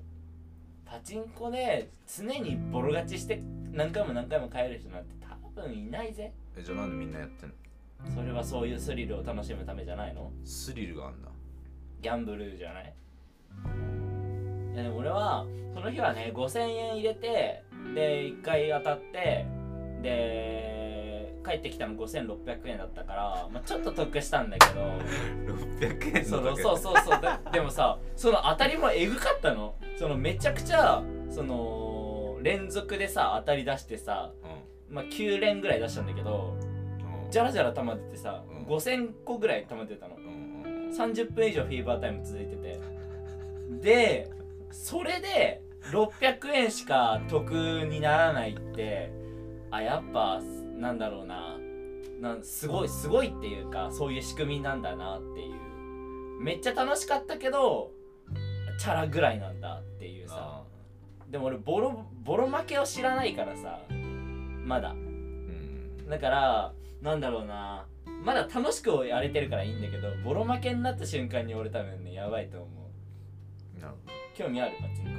パチンコで常にボロ勝ちして何回も何回も帰る人なんて多分いないぜ
えじゃあなんでみんなやってんの
それはそういうスリルを楽しむためじゃないの
スリルがあんだ
ギャンブルじゃないいやでも俺はその日はね5000円入れてで1回当たってで帰ってきたの5600円だったから、まあ、ちょっと得したんだけど
600円
その
の
そうそうそうででもさその当たりもえぐかったのそのめちゃくちゃその連続でさ当たり出してさ、まあ、9連ぐらい出したんだけど
うん
じ
ゃ
ゃらじゃら溜まっててさ
うん
5000個ぐらい溜まってたの
うんうん
30分以上フィーバータイム続いててでそれで600円しか得にならないってあやっぱなんだろうななんすごいすごいっていうかそういう仕組みなんだなっていうめっちゃ楽しかったけどチャラぐらいなんだっていうさ
あ
でも俺ボロボロ負けを知らないからさまだ
ーうん
だからなんだろうなまだ楽しくやれてるからいいんだけどボロ負けになった瞬間に俺多分ねやばいと思う
なるほ
興味あるパチン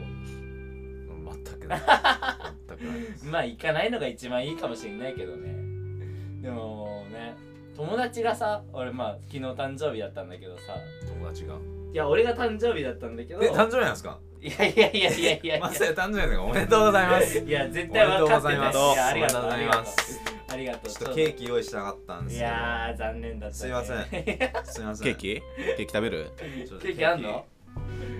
ど全くない全くないです
コまあ行かないのが一番いいかもしれないけどねでもね友達がさ俺まあ昨日誕生日だったんだけどさ
友達が
いや俺が誕生日だったんだけど
え誕生日なんですか
いやいやいやいやい やいや
マサヤ誕生日ですかおめでとうございます
いや絶
お
対
めで
分
とう
か
ご
ってない
ざいます。
いやありがとう
お
あ
め
り
で
がと
とうございます。
うありがとう
ちょっとケーキ用意したかったんです
い
けど。
やー残念だった、ね、
すいませ ん
ケ
すいません。
ケーキケーキ食べる
ちょっと
ーキあんの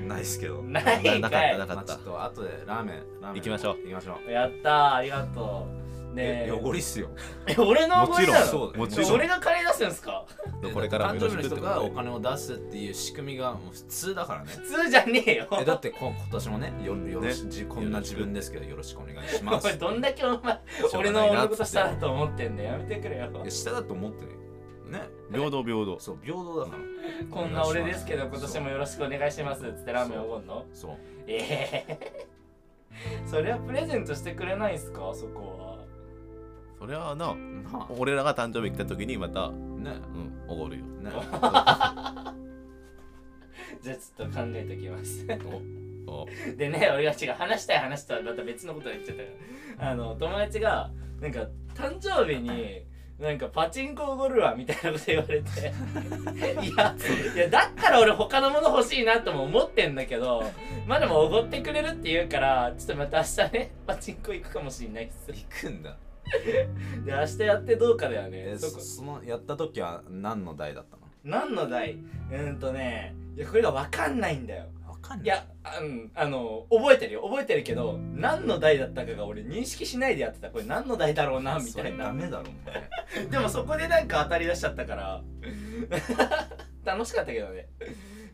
ないですけど。
ない
な
かい
なか
まあ
ったなかっ
ちょ
た
っと後でラーメン、ラーメン
行きましょう
行きましょう。
やったーありがとうね
え
え
汚りっすよ。
え俺のおごりな
もちろん
の
そう
も
ち
ち
ょ
ろん
俺が金出すんですか
これからも
誕
よ
生
ろ
日の
しくって
人
こと
がお金を出すっていう仕組みがもう普通だからね。
普通じゃねえよ
えだってこ今年もね、よよろし
ね
じこんな自分ですけどよろしくお願いしま
これ
す。
どんだけお前
しょう
俺の
がない
俺
な
の
っつ
こ
って
としたらと思ってんだよやめてくれよ
いや下だと思ってね。ね、
平等平等
そう平等だから。
こんな俺ですけど今年もよろしくお願いしますっつってラーメンおごんの
そう。
ええ それはプレゼントしてくれないんすかそこは
それはな
な
俺らが誕生日来た時にまた、う
ね、
ん、おごるよ
ね。
じゃあちょっと考えときます
お
でね俺が違う話したい話とはまた別のこと言っちゃったからあの友達がなんか誕生日になんかパチンコおごるわみたいなこと言われていやいやだったら俺他のもの欲しいなとも思ってんだけどまあでもおごってくれるって言うからちょっとまた明日ねパチンコ行くかもしれないっすで
行くんだ
明日やってどうかだよね
え
そ
そ
こ
そのやった時は何の代だったの
何の代うーんとねいやこれが分かんないんだよ
わかんない
いやあうんあの覚えてるよ覚えてるけど何の代だったかが俺認識しないでやってたこれ何の代だろう なみ
そ
た
れ
い
ダ
な
メだろお前
でもそこでなんか当たり出しちゃったから 楽しかったけどね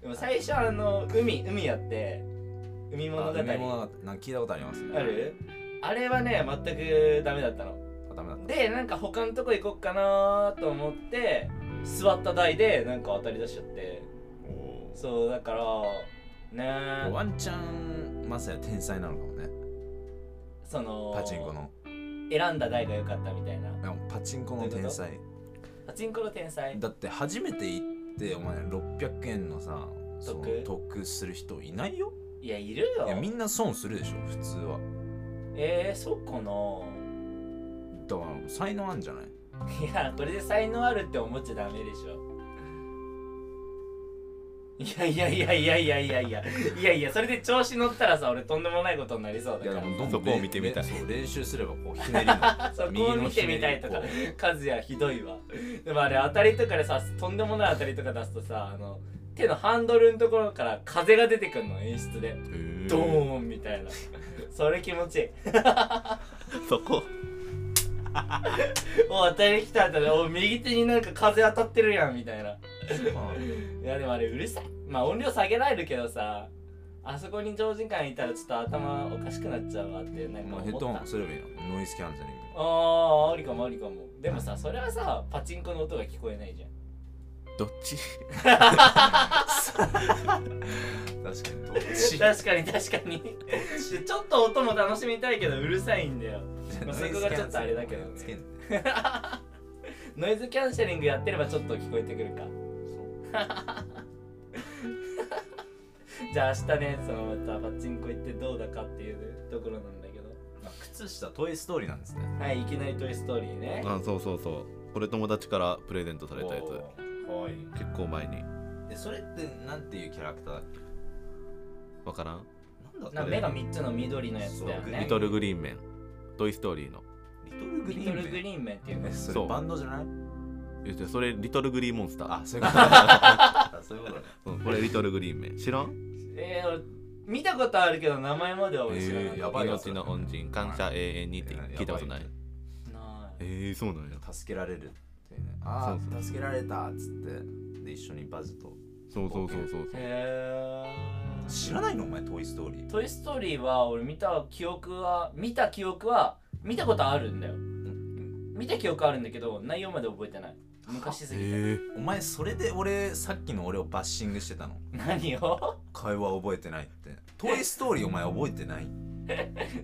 でも最初あの海海やって海物語
あ飲み物語なんか聞いたことありますね
あるあれはね全くダメだったの
あダメだった
でなんか他のとこ行こっかなと思って座った台でなんか当たり出しちゃって
お
そうだからね
ーワンチャンまさや天才なのかもね
その
パチンコの
選んだ台が良かったみたいない
やパチンコの天才
パチンコの天才
だって初めて行ってお前600円のさその
得
得する人いないよ
いやいるよ
いやみんな損するでしょ普通は
えー、そっかな
だから才能あんじゃない
いやこれで才能あるって思っちゃダメでしょいやいやいやいやいやいやいやいやいやそれで調子乗ったらさ俺とんでもないことになりそうだから
どん
そ
どん
こを見てみたい
れそう練習すればこうひねりの
そこを見てみたいとか和也ひどいわでもあれ当たりとかでさとんでもない当たりとか出すとさあの手のハンドルのところから風が出てくるの演出でド
ど
ーンみたいなそれ気持ちいい
そこ
お当たり来た当たりお右手になんか風当たってるやんみたいない やでもあれうるさいまあ音量下げられるけどさあそこに常時間いたらちょっと頭おかしくなっちゃうわってなんか
まあ
思
ヘッ
った
ドホンすればいいのノイズキャンセリング
あーありかもありかもでもさそれはさパチンコの音が聞こえないじゃん
どっ ち
確かにどっ ち
確かに確か にでちょっと音も楽しみたいけどうるさいんだよまあそこがちょっとあれだけどね
ノイズキャ
ノイズキャ
ンセリング
ンセリングやってればちょっと聞こえてくるかじゃあ明日ねそのまたパチンコ行ってどうだかっていうところなんだけど
そう靴下トイ・ストーリーなんですね
はいいきなり「トイ・ストーリーね」
あそうそうそうこれ友達からプレゼントされたやつ
おーはい
結構前に
えそれってなんていうキャラクターだっけ
わからん
なんだった
なんか目が3つの緑のやつだよ
そう
ね
リトルグリーンメントイ・ストーリーの
リ
リト
トルグリーン
ルグ
ーン
リーンメンっていうの
えそ
そ
れ
う
バンドじゃない
いやそれリトルグリーンモンスター
あそういうことだ そういうことだ
うんこれリトルグリーンメン知らん
えー俺見たことあるけど名前までは俺知らない、
えーやばいわ
命の恩人感謝永遠にって聞いたことない
ない
えー、そうなんや
助けられるっていうねあ
そうそ
あ助けられたっつってで一緒にバズと
そうそうそうそうそう
へえ
知らないのお前トイ・ストーリー
トイ・ストーリーは俺見た記憶は見た記憶は見たことあるんだよ見た記憶あるんだけど内容まで覚えてない昔すぎて
え
お前それで俺さっきの俺をバッシングしてたの
何を
会話覚えてないってトイ・ストーリーお前覚えてない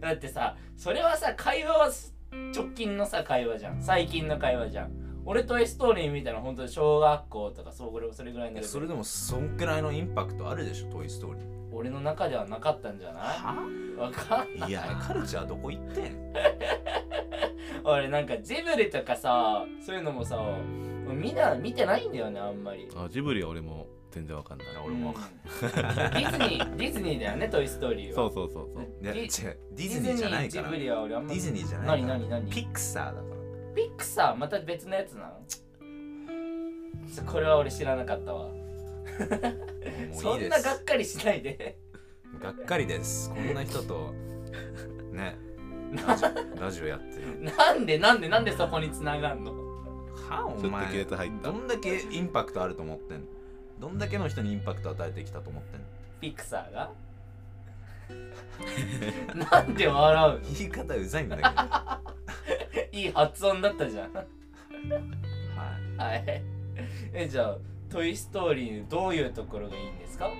だってさそれはさ会話はす直近のさ会話じゃん最近の会話じゃん俺トイ・ストーリーみたいな本当に小学校とかそうこれそれぐらいのレベル
それでもそんくらいのインパクトあるでしょトイ・ストーリー
俺の中ではなかったんじゃな
はい
わかん ない
いやカルチャーどこ行ってん
俺なんかジブリとかさそういうのもさみんな見てないんだよねあんまり
ー、あジブリは俺も全然わかんない
俺もわかん
うんディズニーディズニーだよねトイ・ストーリーは
そうそうそうそう
いや違
デ
う
ィ
ディズニーじゃない
ディズ
から
ニージブ
デ
リは俺あんま
ィズニーじゃな
何
いから
何何
ピクサーだから
ピクサーまた別のやつなのちょこれは俺知らなかったわ
も
そう
いい
ん
で
な
す
がっかりしないで
がっかりですこんな人とねラジオやってる
なんでなんでなんでそこに繋がんの
はお
ちょっと亀
前
裂入った
どんだけインパクトあると思ってんどんだけの人にインパクト与えてきたと思ってん
ピクサー がなんで笑うの
言い方うざいんだけどはい
い発音だったじゃんはい。え、じゃあ、トイ・ストーリーのどういうところがいいんですか
い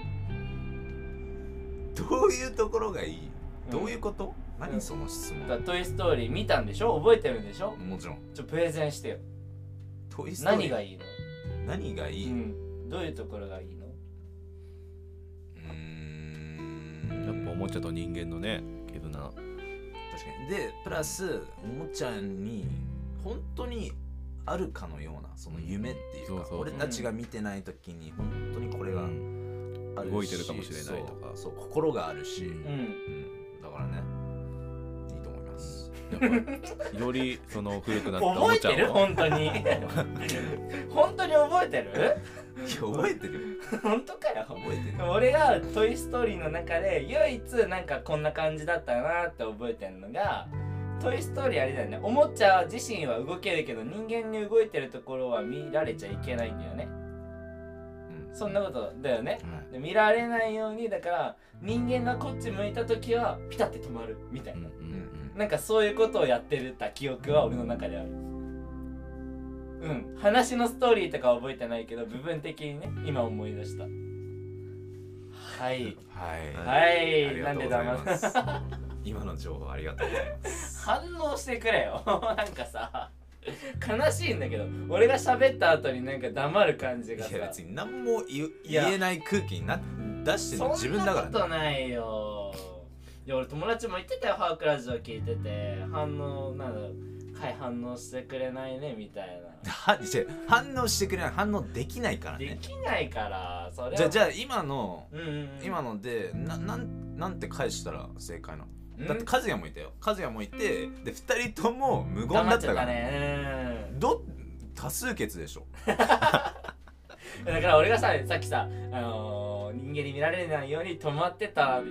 どういうところがいいどういう
こ
こと何その質問
とだトイ・ストーリー見たんでしょ覚えてるんでしょ
もちろん
ちょ、プレゼンしてよ。
トイストー
何
リー
がいいの
何がいい
うん。どういうところがいいの
うーん
やっぱおもちゃと人間のね絆
確かにでプラスおもちゃに本当にあるかのようなその夢っていうか、
うんそうそう
俺たちが見てない時に本当にこれがあるし
動いてるかもしれないとか
そうそう心があるし、
う
うん
ん
だからねいいと 思います
やっぱよりその古くなったお
覚
も
え
ちゃ
てる
を
本当に 本当に覚えてる
いや覚えてるよ
本当かよ
覚えてるよ
俺が「トイ・ストーリー」の中で唯一なんかこんな感じだったなって覚えてんのが「トイ・ストーリー」あれだよねおもちゃ自身は動けるけど人間に動いてるところは見られちゃいけないんだよね
うん
そんなことだよね
はい
で見られないようにだから人間がこっち向いた時はピタって止まるみたい
うん
な
うんうん
なんかそういうことをやってるった記憶は俺の中であるうん話のストーリーとかは覚えてないけど部分的にね今思い出したはい
はい、
はい、
あり
な
が
ん
と
で
うござい
黙
ま
る
す 今の情報ありがとうございます
反応してくれよ なんかさ悲しいんだけど俺が喋った後になんか黙る感じがさ
いや別に何も言う
いや
言えない空気にな出してるの自分だから
そんなことないよいや俺友達も言ってたよハークラジオ聞いてて反応なんだろうはい反応してくれないねみたいな
は違う反応してくれない反応できないから
で
ね
きないからそれは
じゃあじゃあ今の
うんうんうん、
今のでななんなんて返したら正解なの
うん
だって和也もいたよ和也もいてで2人とも無言
黙
だ
っ
っ
ち
た
ゃ
か
った
ら
ねうん
ど多数決でしょ
だから俺がささっきさ、あのー人間に見られないように止まってたっ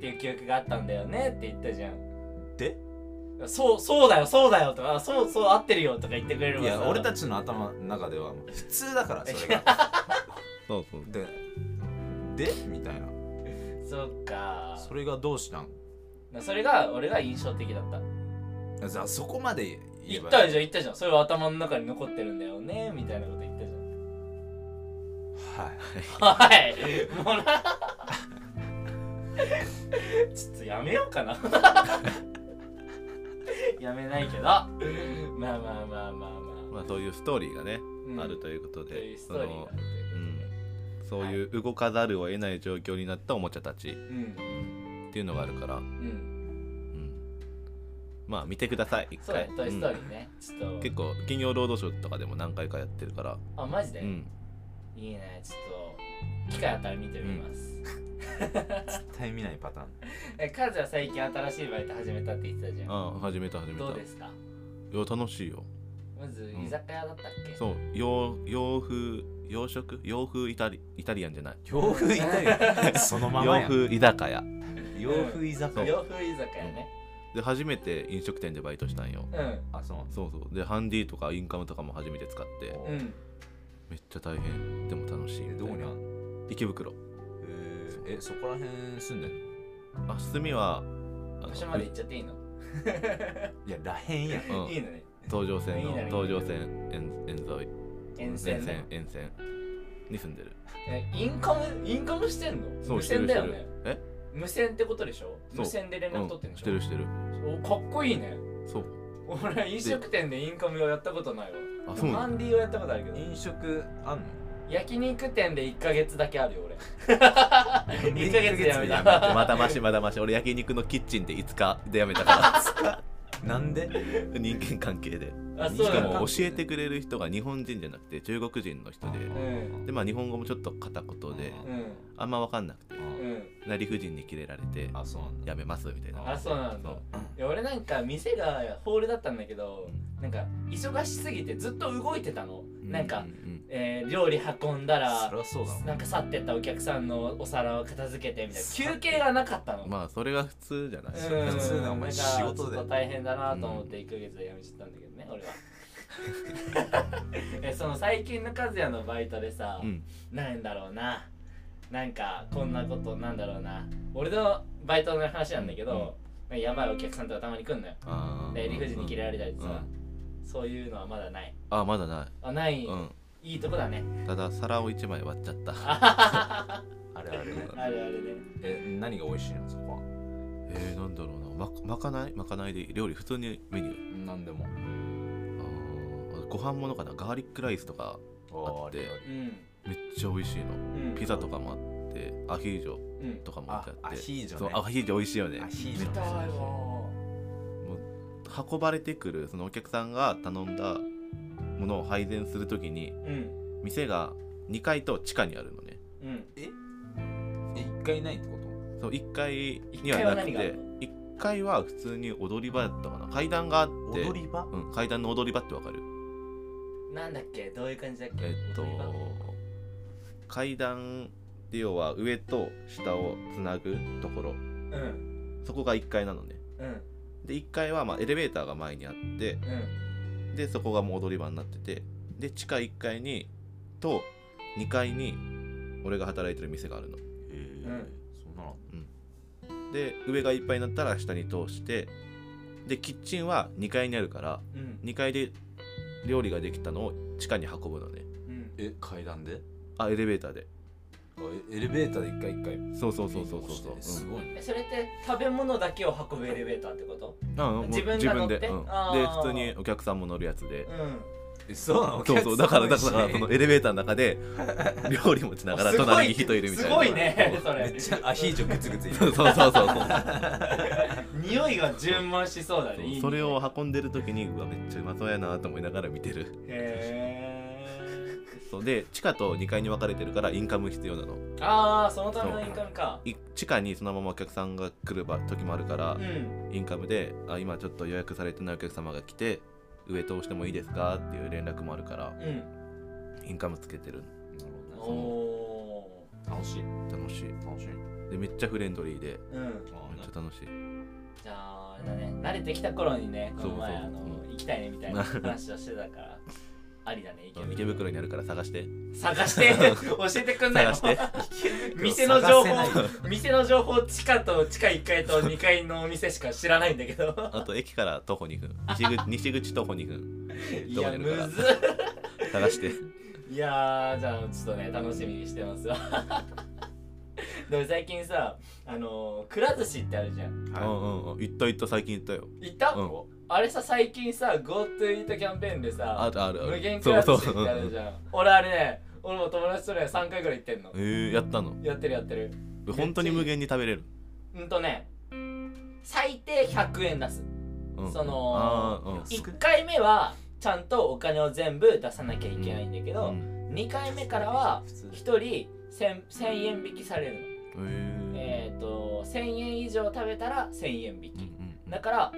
ていう記憶があったんだよねって言ったじゃん
で
そうそうだよそうだよとかそうそう合ってるよとか言ってくれる
いや俺た
ち
ちの頭の中ではもう普通だからそれが
そうそう
ででみたいな
そっか
それがどうしたん
それが俺が印象的だった
じゃあそこまで言え
言っ
ば
たじゃん言ったじゃんそれは頭の中に残ってるんだよねみたいなこと言ったじゃん
はい
はいもうなちょっとやめようかなやめないけどまあまあまあまあま
まあそういうストーリーがね
あ、うん
あるということ
とい
で
うス
そ
トーリー
の
があるといううこ
んそういう動かざるを得ない状況になったおもちゃたち
とでうん
っていうのがあるから
うん
うんまあ見てください一
そうや
回
トイ・ストーリーねちょ
うん
っ
結構金曜ロードショーとかでも何回かやってるから
とあマジで
うん
いいねちょっと機会あったら見てみます
絶対見ないパターン
えカズは最近新しいバイト始めたって言ってたじゃん
ああ始めた始めた
どう
い
ですか
や楽しいよ
まず
ん
居酒屋だったっけ
そう洋洋風洋食洋風イタリイタリアンじゃない
洋風 イタリアンそのまま
洋
やん
風居酒屋
洋風居酒屋
洋風居酒屋ね
で初めて飲食店でバイトしたんよ
うん
あそうなん
そうそうでハンディとかインカムとかも初めて使って
うん
めっちゃ大変でも楽しい
え
みた
ど
い
こにあ
なん
の
池袋
えーえそこら辺住んでんの
あ隅はあの
場所まで行っちゃっていいの
いやらへんやん
うん
いいのね
東上線
いい
の
ね
東上線沿沿沿い
沿線ね
沿線に住んでる
えインカムインカムしてんの無
して
線
る
だよ
して
ね
るえ
無線ってことでしょ
そう
無線で連絡取ってん
うん
で
し
してょ、
るしてる
おかっこいいね
そう
俺飲食店でインカムをやったことないわ
あそう
ハ
なの
ンディをやったことあるけど
飲食あんの
焼肉店で1ヶ月だけあるよ俺
一
1ヶ月でやめた
ヶ月で
まだましまだまし俺焼肉のキッチンで5日でやめたか
なんで
ら人間関係で
あ
し
そう
か
な
も
の
教えてくれる人が日本人じゃなくて中国人の人で
うん
でまあ日本語もちょっと片言で
うん
あんま分かんなくて
うん
な理不尽にキレられて
あそうなんだ
やめますみたいな
あそうなんだ
そう
いや俺なんか店がホールだったんだけどなんか忙しすぎてずっと動いてたの、なんか
う、ん
えー料理運んだら
そりゃそうだもん
なんか去ってったお客さんのお皿を片付けてみたいな休憩がなかったの、
まあそれが普通じゃない
うん
普通だお前
だから
仕事で
ちょっと大変だなと思って1ヶ月で辞めちゃったんだけどね、俺は えその最近の和也のバイトでさ、
うん
なんだろうななんかこんなことなんだろうな俺のバイトの話なんだけど、なんかやばいお客さんとかたまに来んのよ
あー
で理不尽に切れられたり
う
さ、
ん
そういうのはまだない
あまだな
あない
い、
い、
うん、
いいとこだね
ただ皿を1枚割っちゃった
あれあれね
あるあるね
え何が美味しいのそこは
えー、なんだろうなままかないまかないで料理普通にメニュー
何でも
あーご飯ものかなガーリックライスとか
あ
あって
あれ
うん
めっちゃ美味しいの
うん
ピザとかもあってアヒージョ
うん
とかも
あ
置いてあ
ア
って
ヒージョ
そう
ね
アヒージョ美味しいよね
アヒージ
見
ョ
たいわ
運ばれてくるそのお客さんが頼んだもものを配膳するときに
うん
店が2階と地下にあるのね
うん
え一回ないってこと
そう1階にはなく
一階は何があ
て
る
1階は普通に踊り場やったかな階段があって
踊り場
うん、階段の踊り場ってわかる
なんだっけどういう感じだっけ
えっと
踊り場
階段って要は上と下をつなぐところ
うん
そこが1階なのね
うん
で1階はまあエレベーターが前にあって
うん
でそこがもう踊り場になっててで地下1階にと2階に俺が働いてる店があるの
へえ、そんなの
で上がいっぱいになったら下に通してでキッチンは2階にあるから
うん
2階で料理ができたのを地下に運ぶのね
うん
え階段で
あエレベーターで
あえエレベーターで一回一回
そうそうそうそうそうそう、
押してすごいね、
えそれって食べ物だけを運ぶエレベーターってこと
うんうん
自分が
自分
乗
で、
っ
う
て
ん、で
あー
普通にお客さんも乗るやつで
うん
えそうなの
そうそうだからだからそ
こ
のエレベーターの 中で料理持ちながら
すごい
隣に人いるみたいな
すごいねそ
め
れ
っ ちゃアヒージョグツグ ツい
そう
る
そうそうそう
匂いが充満しそうだ ねいいね
それを運んでる時にうわめっちゃうまそうやなと思いながら見てる
へ
そうで地下と2階に分かれてるからインカム必要なの
ーああそのためのインカムか
い地下にそのままお客さんが来る場時もあるから
う、ん
インカムであ今ちょっと予約されてないお客様が来て上通してもいいですかっていう連絡もあるから
うん
インカムつけてる
なる
お
ほ
お
どねその楽しい
楽しい
楽しい
でめっちゃフレンドリーで
ーうん
あ
めっちゃ楽しい
じゃああれだね慣れてきた頃にねこの前
そうそう
あの
う
行きたいねみたいな話をしてたから ありだね池
池
袋
袋にあるから探して
探して 教えてくんないの
探して
店の情報
探せな
店の情報地下と地下1階と2階のお店しか知らないんだけ ど
あと駅から徒歩2分西口 西口徒歩2分
い
どこ
や
にあ
む
るかな
ず
探して
いやーじゃあちょっとね楽しみにしてますわ でも最近さあのーくら寿司ってあるじゃん
い
うんうんうん行った行った最近行ったよ
行った、
うん
あれさ最近さ GoTo イートキャンペーンで
あ
さ
るあるある
無限くら寿司ってあ
う
る
ん
じゃん俺あれね俺も友達とね3回ぐらい行ってんの
えー、やったの
やってるやってる
本当に無限に食べれる、
うんとね最低100円出す
うん、
そ
あ
の
ー、うん
1回目はちゃんとお金を全部出さなきゃいけないんだけ
う
ど、
ん
2回目からは
普通
1人 1000, 1000円引きされるの
え
えっ、と1000円以上食べたら1000円引
ー
き
うんうん
だから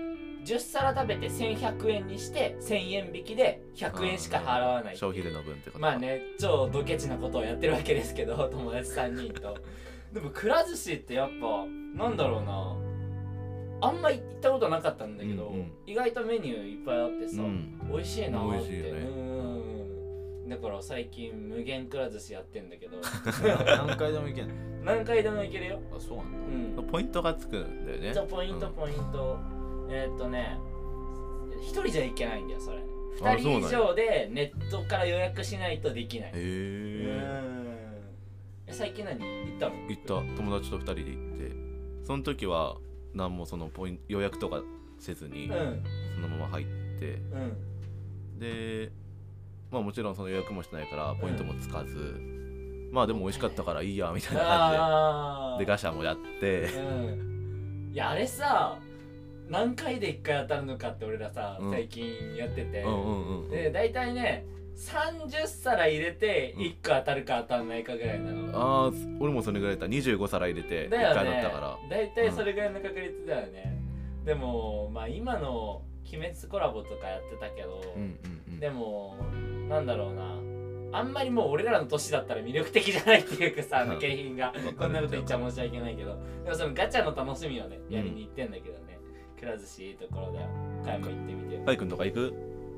10皿食べて1100円にして1000円引きで100円しか払わない
消費での分ってことか
まあね超ドケチなことをやってるわけですけど 友達3人とでもくら寿司ってやっぱなんだろうなあんま行ったことなかったんだけど、
うんうん
意外とメニューいっぱいあって
う
さ、
ん、
美味しいなーって
美味しいよね
うんだから最近無限くら寿司やってんだけど
何回でもいけんの
何回でもいけるよ、
あそうなんだ
うん、
ポイントがつくんだよね
そうポイントポイント、えーっとね一人じゃいけないんだよそれ
あ
二人以上でネットから予約しないとできない
へえ
うんえ最近何行ったの
行った友達と2人で行ってその時は何もそのポイン予約とかせずに
うん
そのまま入って
うん
でまあもちろんその予約もしてないからポイントもつかず、まあでも美味しかったからいいやみたいな感
あ
じ
ー
ででガシャもやって
うんいやあれさ何回で1回当たるのかって俺らさ、
うん
最近やってて、
うんうんうん
で大体ね30皿入れて
うん
1個当たるか当たらないかぐらいなの、
ああ俺もそれぐらいだった25皿入れて1
だよ
回だっ
ね
たから
大体それぐらいの確率だよね、でもまあ今の「鬼滅」コラボとかやってたけど、
うんうんうん
でもなんだろうなあんまりもう俺らの年だったら魅力的じゃないっていうかさあ
うん
の景品が
わかる
こんなこと言っちゃ申し訳ないけどでもそのガチャの楽しみをねやりに行ってんだけどね、くら寿司いいところだよ買いも行ってみてよ
パイ君とか行く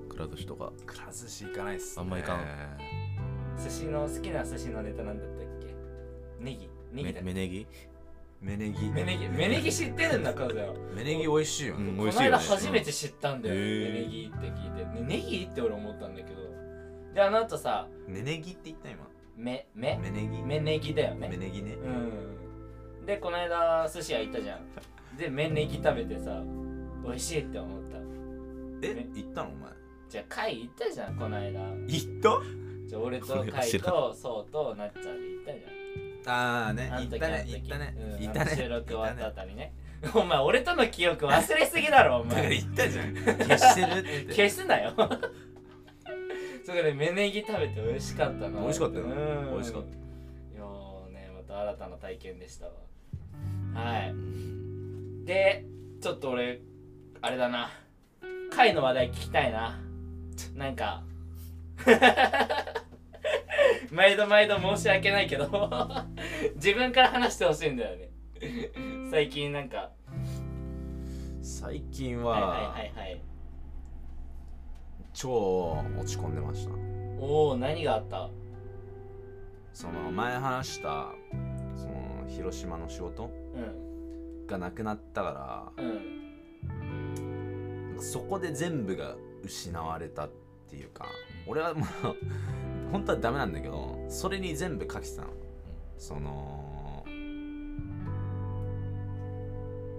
くら寿司とか
くら寿司行かないっすね
あんま行かん
寿司の好きな寿司のネタなんだったっけネギネギ
め
だ
めねぎ
メネギ
メネギメネギ知ってるんだからだよ
メネギ美味しいよ
う
ね
ん
こ
美
の
味しいよね
間初めて知ったんだよ、
うんへー
ネギって聞いて、ね、ネギって俺思ったんだけどであの後さ
メネギって言った今
めめ
メネギ
めネギだよ
メ
ね
ネギね
うんでこの間寿司屋行ったじゃんでめネギ食べてさ美味しいって思った
え行ったのお前
じゃあ貝行ったじゃんこの間
行っ
じゃあ俺と
これは
貝
知らん
とそうとなっちゃんで行ったじゃん
たああね
あ
行
の
っ
時
た
あの
ね
時
行ったね
うん
行ったね
あの収録終わった
行
あ
ね
たりねお前俺との記憶忘れすぎだろお
だから
前
行ったじゃん消してるって
消すなよそそれで芽ネギ食べて美味しかったな
美味しかったよね
うん
美味しかった
いやーねまた新たな体験でしたわはいでちょっと俺あれだな貝の話題聞きたいななんか 毎度毎度申し訳ないけど 自分から話してほしいんだよね最近なんか
最近
はい
は
はいはいはい
超落ち込んでました
おお何があった
その前話したその広島の仕事
うん
がなくなったか
うん
らなんかそこで全部が失われたっていうか俺はもう本当はダメなんだけどそれに全部かけてたのその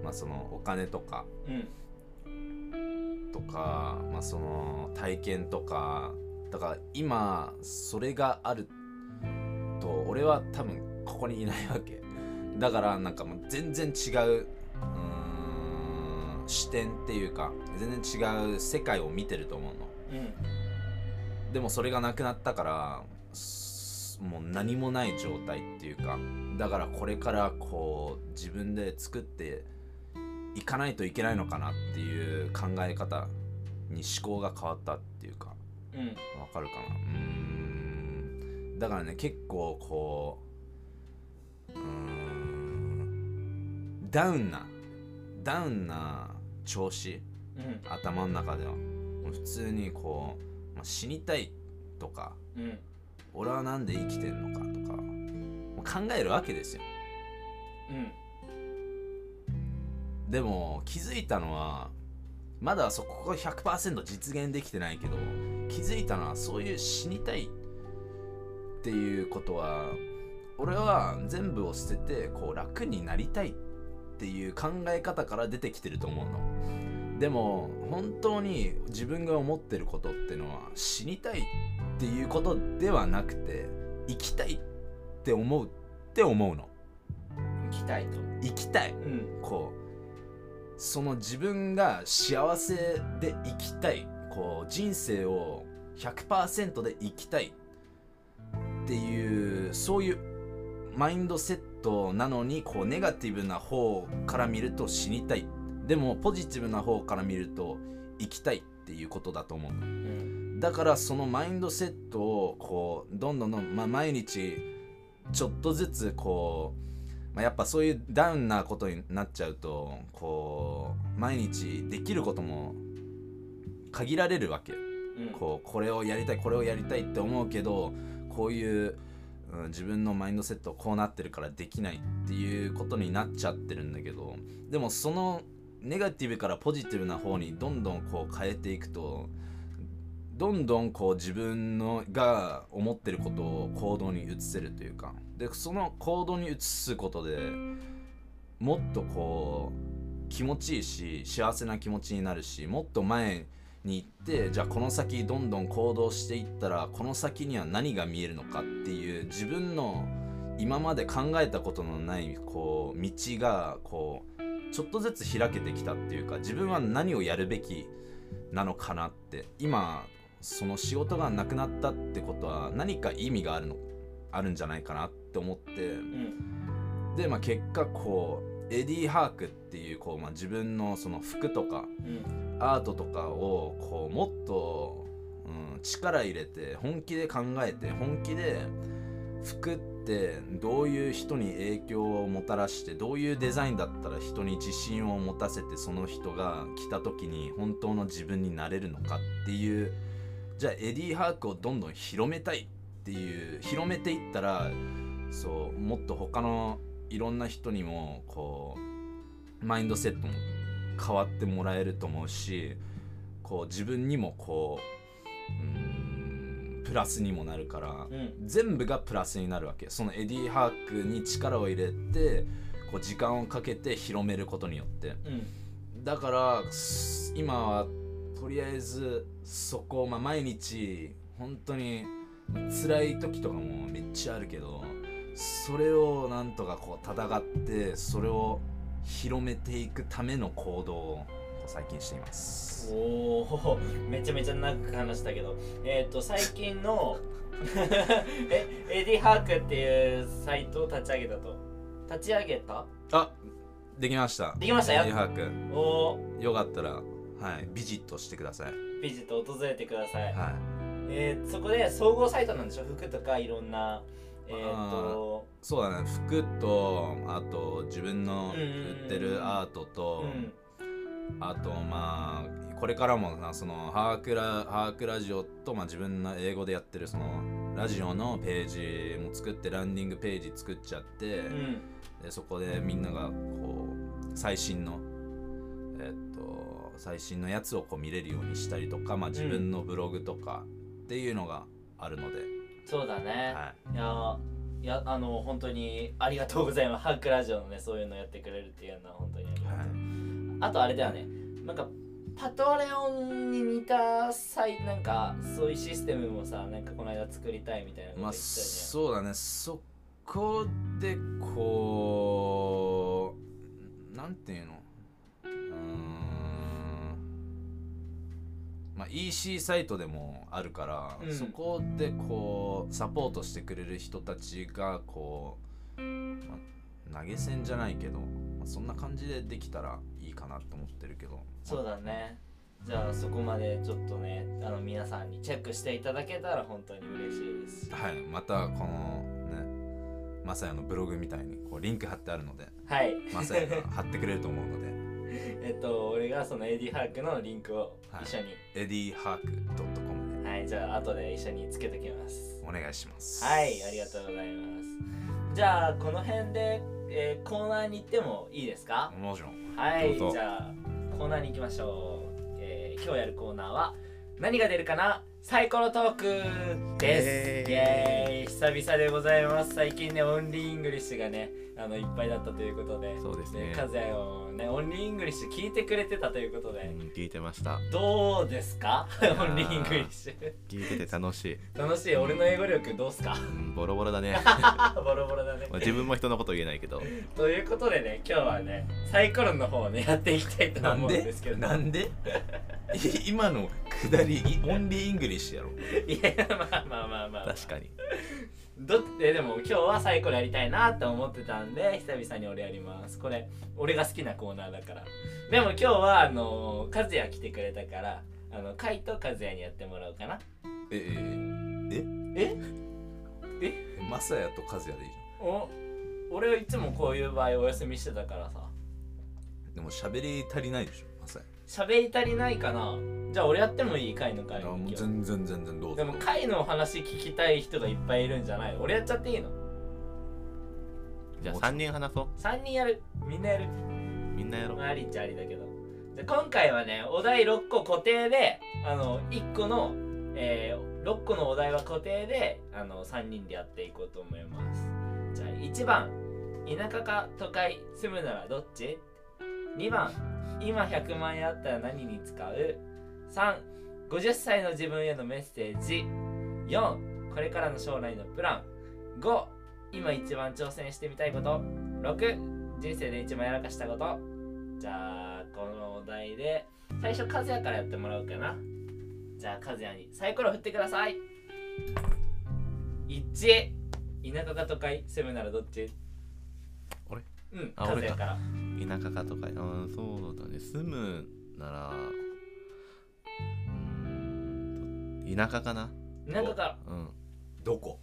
まあそのお金とか
うん
とか、まあ、その体験とかだから今それがあると俺は多分ここにいないわけだからなんかもう全然違ううーん視点っていうか全然違う世界を見てると思うの
うん
でもそれがなくなったからすもう何もない状態っていうかだからこれからこう自分で作っていかないといけないのかなっていう考え方に思考が変わったっていうか
うん
わかるかなうーんだからね結構こううーんダウンなダウンな調子
うん
頭の中ではもう普通にこう、まあ死にたいとか
うん
俺はなんで生きてんのかとかもう考えるわけですよ
うん
でも気づいたのはまだそこが100%実現できてないけど気づいたのはそういう死にたいっていうことは俺は全部を捨ててこう楽になりたいっていう考え方から出てきてると思うのでも本当に自分が思ってることってのは死にたいっていうことではなくて生きたいって思うって思うの
行きたいと
生きたい
うん
こうその自分が幸せで生きたいこう人生を100%で生きたいっていうそういうマインドセットなのにこうネガティブな方から見ると死にたいでもポジティブな方から見ると生きたいっていうことだと思う
うん
だからそのマインドセットをこうどんどんどんどん、まあ、毎日ちょっとずつこう、まあ、やっぱそういうダウンなことになっちゃうとこう毎日できることも限られるわけ
うん
こうこれをやりたいこれをやりたいって思うけどこういう、うん自分のマインドセットこうなってるからできないっていうことになっちゃってるんだけどでもそのネガティブからポジティブな方にどんどんこう変えていくとどんどんこう自分のが思ってることを行動に移せるというかでその行動に移すことでもっとこう気持ちいいし幸せな気持ちになるしもっと前に行ってじゃあこの先どんどん行動していったらこの先には何が見えるのかっていう自分の今まで考えたことのないこう道がこうちょっとずつ開けてきたっていうか自分は何をやるべきなのかなって今その仕事がなくなったってことは何か意味があるのあるんじゃないかなって思って
うん
で、まあ、結果こうエディ・ハークっていうこう、まあ、自分のその服とか
うん
アートとかをこうもっと、うん、力入れて本気で考えて本気で服ってどういう人に影響をもたらしてどういうデザインだったら人に自信を持たせてその人が着た時に本当の自分になれるのかっていうじゃあエディ・ハークをどんどん広めたいっていう広めていったらそうもっと他のいろんな人にもこうマインドセットも変わってもらえると思うしこう自分にもこううんプラスにもなるから
うん
全部がプラスになるわけそのエディ・ハークに力を入れてこう時間をかけて広めることによって
うん
だからす今はとりあえずそこを、まあ、毎日本当に辛い時とかもめっちゃあるけどそれをなんとかこう戦ってそれを広めていくための行動を最近しています
おおめちゃめちゃ長く話したけどえっ、と最近のえエディハークっていうサイトを立ち上げたと立ち上げた
あできました
できましたやっ
リハ君
おお
よかったらはいビジットしてください
ビジット訪れてください、
はい
えー、そこで総合サイトなんでしょ服とかいろんなえっ、と
そうだね服とあと自分の売って
うんうんうん
るアート
う
と、
ん
あとまあこれからもなそのハークラハークラジオと、まあ、自分の英語でやってるそのラジオのページも作ってランディングページ作っちゃって、
うん
でそこでみんながこう最新のえっと最新のやつをこう見れるようにしたりとか、まあ、自分のブログとかっていうのがあるので、
そうだね、
はい
いやーいやあの本当にありがとうございますハックラジオのねそういうのやってくれるっていうのは本当にありがとう、
はい
あとあれだよねなんかパトレオンに似た際なんかそういうシステムもさなんかこの間作りたいみたいなこと言っ
ま
てたじゃ
あ
ん、
そうだねそこでこうなんていうのうーんまあ EC サイトでもあるから、
うん
そこでこうサポートしてくれる人たちがこう、まあ投げ銭じゃないけど、まあそんな感じでできたらいいかなと思ってるけど
そうだねじゃあそこまでちょっとねあの皆さんにチェックしていただけたら本当に嬉しいですし
はいまたこのねマサヤのブログみたいにこうリンク貼ってあるので
はい
マサヤが貼ってくれると思うので
えっと俺がそのエディハークのリンクを一緒に
エディハークドットコムで
はい、じゃあ後で一緒につけときます
お願いします。
はい、ありがとうございます。じゃあ、この辺で、えーコーナーに行ってもいいですか、
もちろん。
はい、
どうぞ
じゃあ、コーナーに行きましょう。えー今日やるコーナーは、何が出るかなサイコロトークです。イ
イ
エー
エ
イ久々でございます。最近ね、オンリーイングリッシュがね、あのいっぱいだったということで、
そうですね
カズヤをね、オンリーイングリッシュ聞いてくれてたということで、
うん聞いてました
どうですかオンリーイングリッシュ。
聞いてて楽しい、
楽しい、俺の英語力どうすか
うん、ボロボロだね
ボロボロだね。
まあ自分も人のこと言えないけど
ということでね今日はねサイコロの方をねやっていきたいと思うんですけど
なんで 今のくだり、いオンリーイングリッシュやろ。
いやまあまあまあまあ、
確かに
どってでも今日はサイコロやりたいなって思ってたんで久々に俺やりますこれ俺が好きなコーナーだからでも今日はあの和也来てくれたからあのカイと和也にやってもらおうかな
え
え
え、マサヤとカズヤでいいじ
お俺はいつもこういう場合お休みしてたからさ
ゃん。でも喋り足りないでしょ、マサヤ。
喋り足りないかなじゃあ俺やってもいいカイの会
あも
今
う
日
全然全然どうぞ。
でもカイのお話聞きたい人がいっぱいいるんじゃない俺やっちゃっていいの
じゃあ3人話そ
3人やるみんなやる
うみんなやろう
まあありっちゃありだけどで今回はねお題6個固定であの1個の、え6個のお題は固定であの3人でやっていこうと思いますじゃあ1番田舎か都会住むならどっち2番今100万円あったら何に使う350歳の自分へのメッセージ4これからの将来のプラン5今一番挑戦してみたいこと6人生で一番やらかしたことじゃあこのお題で最初和也からやってもらおうかなじゃあ和也にサイコロ振ってください1田舎か都会住むならどっち
俺
うん
あ
和
俺
也
か
から
田舎かとかうんそうだね住むならうんと田舎かな
田舎から
うん
どこ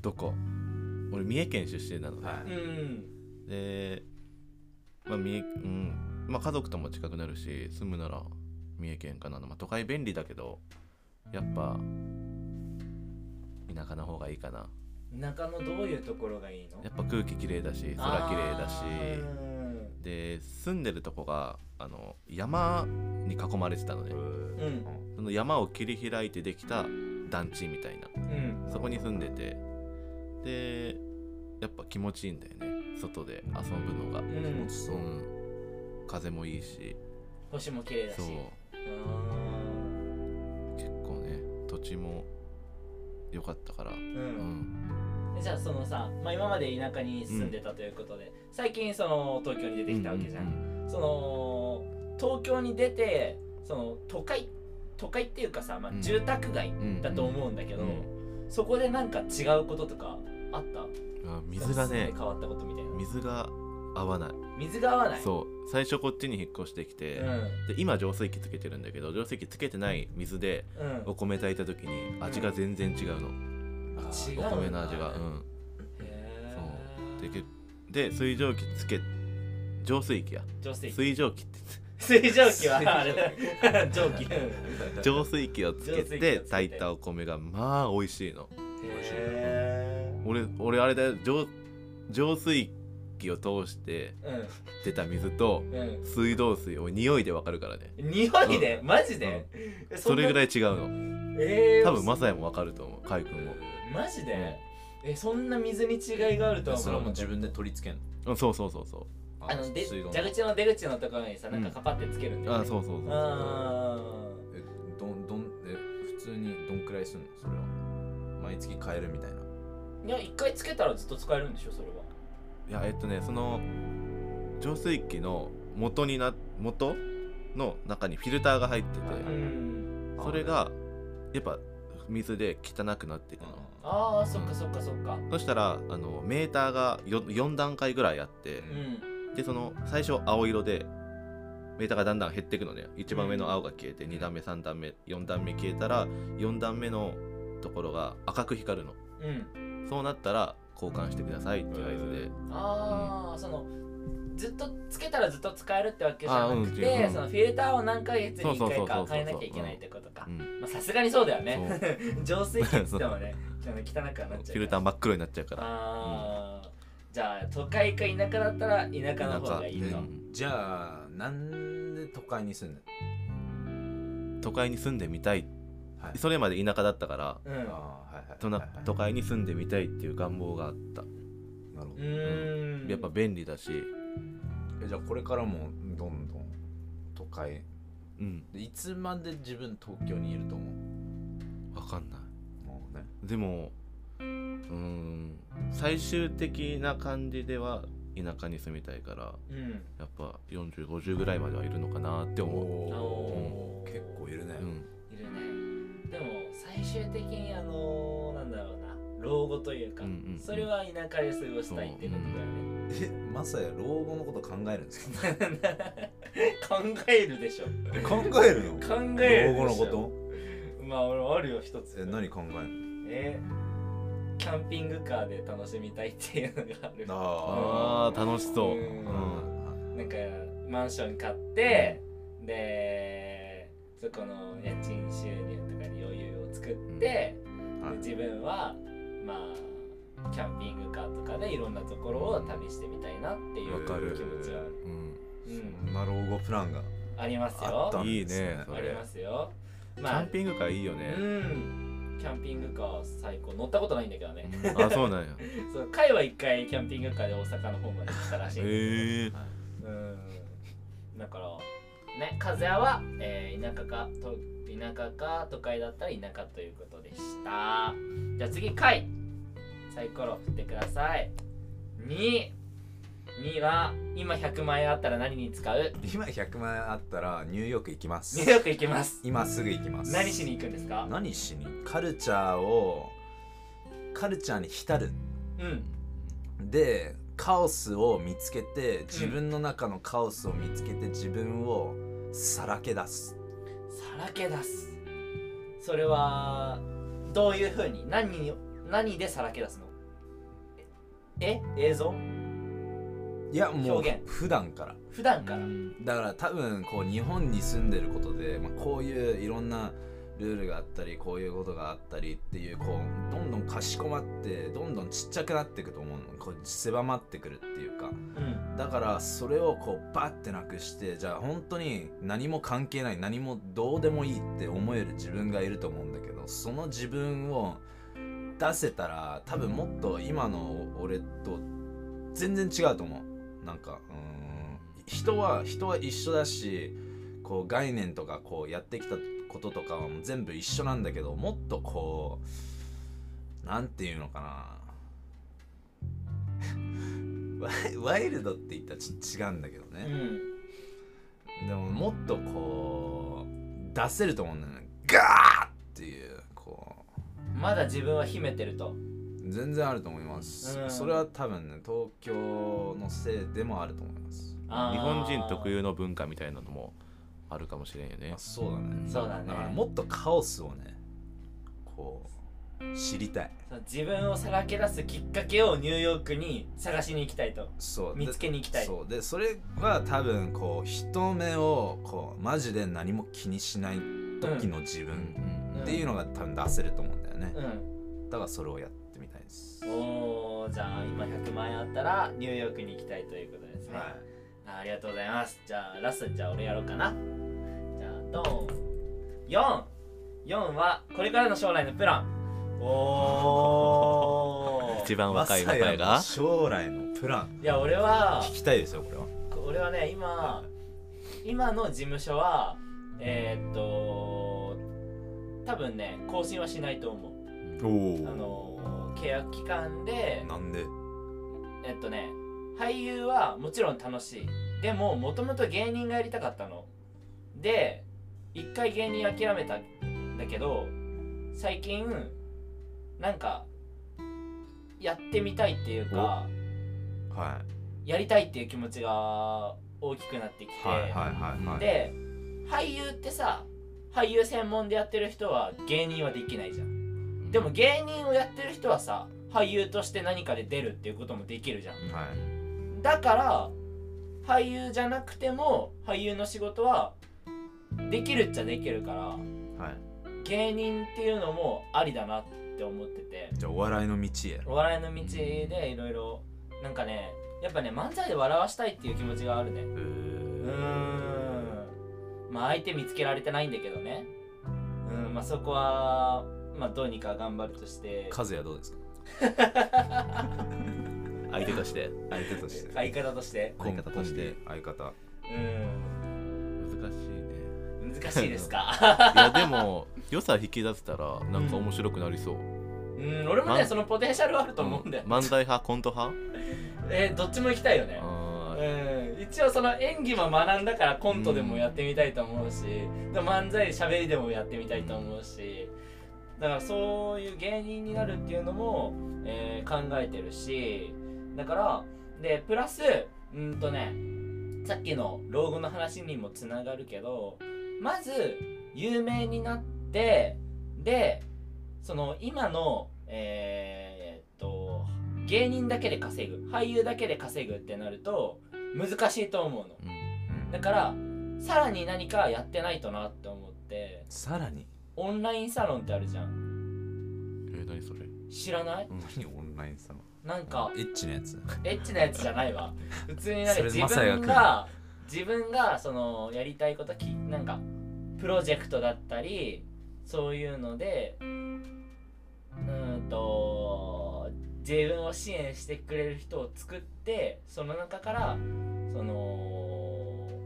どこ俺三重県出身なので、
は
うん
で、まあ三重うんまあ、家族とも近くなるし住むなら三重県かな、まあ、都会便利だけどやっぱ田舎の方がいいかな
田舎のどういうところがいいの
やっぱ空気きれいだし空きれいだし
あーうん
で住んでるとこがあの山に囲まれてたのね
う
うんん
その山を切り開いてできた団地みたいな
うん
そこに住んでてでやっぱ気持ちいいんだよね外で遊ぶのが、
う
気持
ん
ちそうう。
ん、風もいいし
星も綺麗だし
そう
うん
結構ね土地も良かったから、
う
うんん、
じゃあそのさ、まあ、今まで田舎に住んでたということで、最近その東京に出てきたわけじゃん、
うう
その東京に出てその都会都会っていうかさ、まあ
う、ん
住宅街
うん
だと思うんだけど、
う
そこでなんか違うこととかあった
あ水
なん
が
かす
ね
ごい変わったことみたいな
水が合わない
水が合わない
そう最初こっちに引っ越してきて、
う
で今浄水器つけてるんだけど浄水器つけてない水で
んうん
お米炊いた時に味が全然違うの、
違
お
う
米の味がうん
へ
でけで水蒸気つけ浄水器や
ー浄水器
水蒸気って
水蒸気はあれ 蒸 気
浄水器をつ
浄
け
水器をつけ
て
て
炊いたお米がまあ美味しいの
へ
俺俺あれだよ浄浄水器を通して
ー
出た水と
うんうん
水道水を匂いでわかるからね
匂いでマジでえ
そ
んな
れぐらい違うの
えー
多分マサヤもわかると思うカイ君も
マジでえそんな水に違いがあるとは
それ
思
は
う
もう自分で取り付けんの
うんそうそうそうそ
あので
水道
蛇口の出口のところにさなんか
うん
カパってつけるん
う
だよ
あ
ね
そうそうそう
あ
えどんどんえ普通にどんくらいすんのそれは毎月買えるみたいな
ーいや一回つけたらずっと使えるんでしょそれはい
やえっとねその浄水器の元にな元の中にフィルターが入ってて
うん
それがやっぱ水で汚くなっていくの、
ああそっかそっかそっか
そしたらあのメーターが 4, 段階ぐらいあって
うん
でその最初青色でメーターがだんだん減っていくのね一番上の青が消えて
うん
2段目3段目4段目消えたら4段目のところが赤く光るの
うん
そうなったら交換してくださいっていう合図で
ああ、そのずっとつけたらずっと使えるってわけじゃなく
あーうん違
て、
ううん
そのフィルターを何ヶ月に1回
そ
か
うそうそうそうそう
変えなきゃいけないってことか
う。ん
まあさすがにそうだよね。浄水器っつっても ね、あの汚くはなっちゃうから。
フィルター真っ黒になっちゃうから
ああ、じゃあ都会か田舎だったら田舎の方がいい
田舎
と。う
う
ん
じゃあなんで都会に住んでん
都会に住んでみたい
の、はい
それまで田舎だったから
ん。
あーはいはい
都な
はいはい
都会に住んでみたいっていう願望があった
なるほ
う
ど
ーん。
やっぱ便利だし、
えじゃあこれからもどんどん都会
うん、
でいつまで自分東京にいると思う
わかんない
もうね
でもうーん最終的な感じでは田舎に住みたいから
うん。
やっぱ4050ぐらいまではいるのかなって思
おー
結構いるね
う、うん、
いるね。でも最終的にあのーなんだろうな、老後というか
うんうんうん、
それは田舎で過ごしたいってことだよね。
えまさや老後のこと考えるんですか
考えるでしょ
考えるの
考えるでしょ
老後のこと
まあ俺あるよ一つ
え何考える
えキャンピングカーで楽しみたいっていうのがある
の
あー楽しそう、
う
ー
うん
なんかマンション買ってでそこの家賃収入とかに余裕を作って、
うんはい
で自分はまあキャンピングカーとかでいろんなところを旅してみたいなってい
わ
う
かる
気持ちはある、う
そ
ん、
んな老後プランが
あります
あ
よ
ったん
いい
です
ねそ
あり
れ
ますよ
キャンピングカーいいよ
う
ね、
んキャンピングカー最高乗ったことないんだけどね、
あそうなんや
そうカイは一回キャンピングカーで大阪の方まで来たらしいんだけど
へえ
はい
うんだからね風屋は、えー田舎かと田舎か都会だったら田舎ということでしたじゃあ次カイサイコロ振ってください22は今100万円あったら何に使う
今100万円あったらニューヨーク行きます
ニューヨーク行きます
今すぐ行きます
何しに行くんですか
何しにカルチャーをカルチャーに浸る
うん
でカオスを見つけて自分の中のカオスを見つけて自分をさらけ出す
さらけ出すそれはどういうふうに何に何でさらけ出すのええ映像
いやもう
表現
普段から
普段から
だから多分こう日本に住んでることで、まあ、こういういろんなルールがあったりこういうことがあったりっていうこうどんどんかしこまってどんどんちっちゃくなっていくと思うのこう狭まってくるっていうか
うん
だからそれをこうバッてなくしてじゃあ本当に何も関係ない何もどうでもいいって思える自分がいると思うんだけどその自分を出せたら多分もっと今の俺と全然違うと思うなんかうーん人は人は一緒だしこう概念とかこうやってきたこととかはもう全部一緒なんだけどもっとこうなんていうのかな ワイワイルドって言ったらち違うんだけど
う
ね、
ん
でももっとこう出せると思うんだよねガーっていうこ
まだ自分は秘めてると
う全然あると思います、
うん
それは多分ね東京のせいでもあると思います
あー
日本人特有の文化みたいなのもあるかもしれんよね
あそうだね
そうだね
からもっとカオスをねこう知りたい
そう自分をさらけ出すきっかけをニューヨークに探しに行きたいと
そう
見つけに行きたい
そうでそれは多分こう人目をこうマジで何も気にしない時の自
うん
分
うん
っていうのが多分出せると思うんだよね
うん
だからそれをやってみたいです
おーじゃあ今100万円あったらニューヨークに行きたいということですね、
は
あありがとうございますじゃあラスじゃあ俺やろうかなじゃあドン44はこれからの将来のプランお
一
ー
番
い
若い若い
まさやの
が
将来のプラン
いや俺は
聞きたいですよこれは
俺はね今今の事務所はえーっと多分ね更新はしないと思うあ
お
の契約期間で
なんで
えっとね俳優はもちろん楽しいでももともと芸人がやりたかったので一回芸人諦めたんだけど最近なんかやってみたいっていうか
は
やりたいっていう気持ちが大きくなってきて、
いはいはいはいはい
で俳優ってさ俳優専門でやってる人は芸人はできないじゃんでも芸人をやってる人はさ俳優として何かで出るっていうこともできるじゃん
はい
だから俳優じゃなくても俳優の仕事はできるっちゃできるから
はい
芸人っていうのもありだなって思ってて
じゃあお笑いの道へ
お笑いの道でいろいろなんかねやっぱね漫才で笑わしたいっていう気持ちがあるね
う
う
ー
ーんまあ相手見つけられてないんだけどねうんまあそこはまあどうにか頑張るとして
和也どうですか
相手として
相手として
相方として
相方として
相方
うん
難しいね
難しいです か
いやでも良さ引き出せたらなんか面白くなりそう、
うん俺も
ま
ね
ん
そのポテンシャルはあると思うんだよ
漫才派コント派
えーどっちも行きたいよね
あー
うん一応その演技も学んだからコントでもやってみたいと思うし、でも漫才しゃべりでもやってみたいと思うしだからそういう芸人になるっていうのも、えー考えてるしだからでプラスうんとねさっきの老後の話にもつながるけどまず有名になってでその今のえーっと芸人だけで稼ぐ俳優だけで稼ぐってなると難しいと思うの
うん
だからさらに何かやってないとなって思って
さらに
オンラインサロンってあるじゃん
え何それ
知らない
何オンラインさ
なんか
エッチなやつ
エッチなやつじゃないわ普通になんか
それ
自
マサヤ
分
君
が自分がそのやりたいこときなんかプロジェクトだったりそういうのでうーんと自分を支援してくれる人を作ってその中からその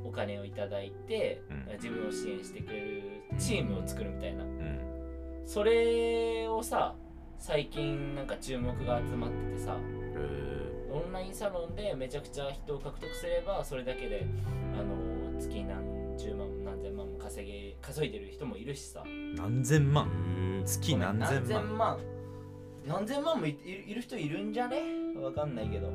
お金をいただいて、
うん
自分を支援してくれるチームを作るみたいな
うん
それをさ最近なんか注目が集まっててさ、オンラインサロンでめちゃくちゃ人を獲得すればそれだけであの月何十万何千万も稼げ稼いでる人もいるしさ
何千万
へー
月何
何
千万
千万何千万もいいるいる人いるんじゃねわかんないけど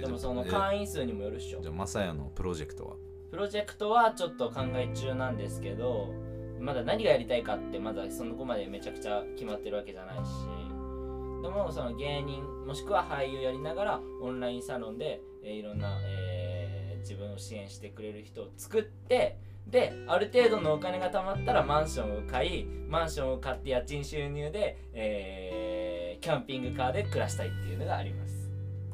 でもその
え
会員数にもよるっしょ
じゃあマサヤのプロジェクトは
プロジェクトはちょっと考え中なんですけどまだ何がやりたいかってまだそのこまでめちゃくちゃ決まってるわけじゃないしでもその芸人もしくは俳優やりながらオンラインサロンで、えーいろんな、えー自分を支援してくれる人を作ってである程度のお金が貯まったらマンションを買いマンションを買って家賃収入で、えーキャンピングカーで暮らしたいっていうのがあります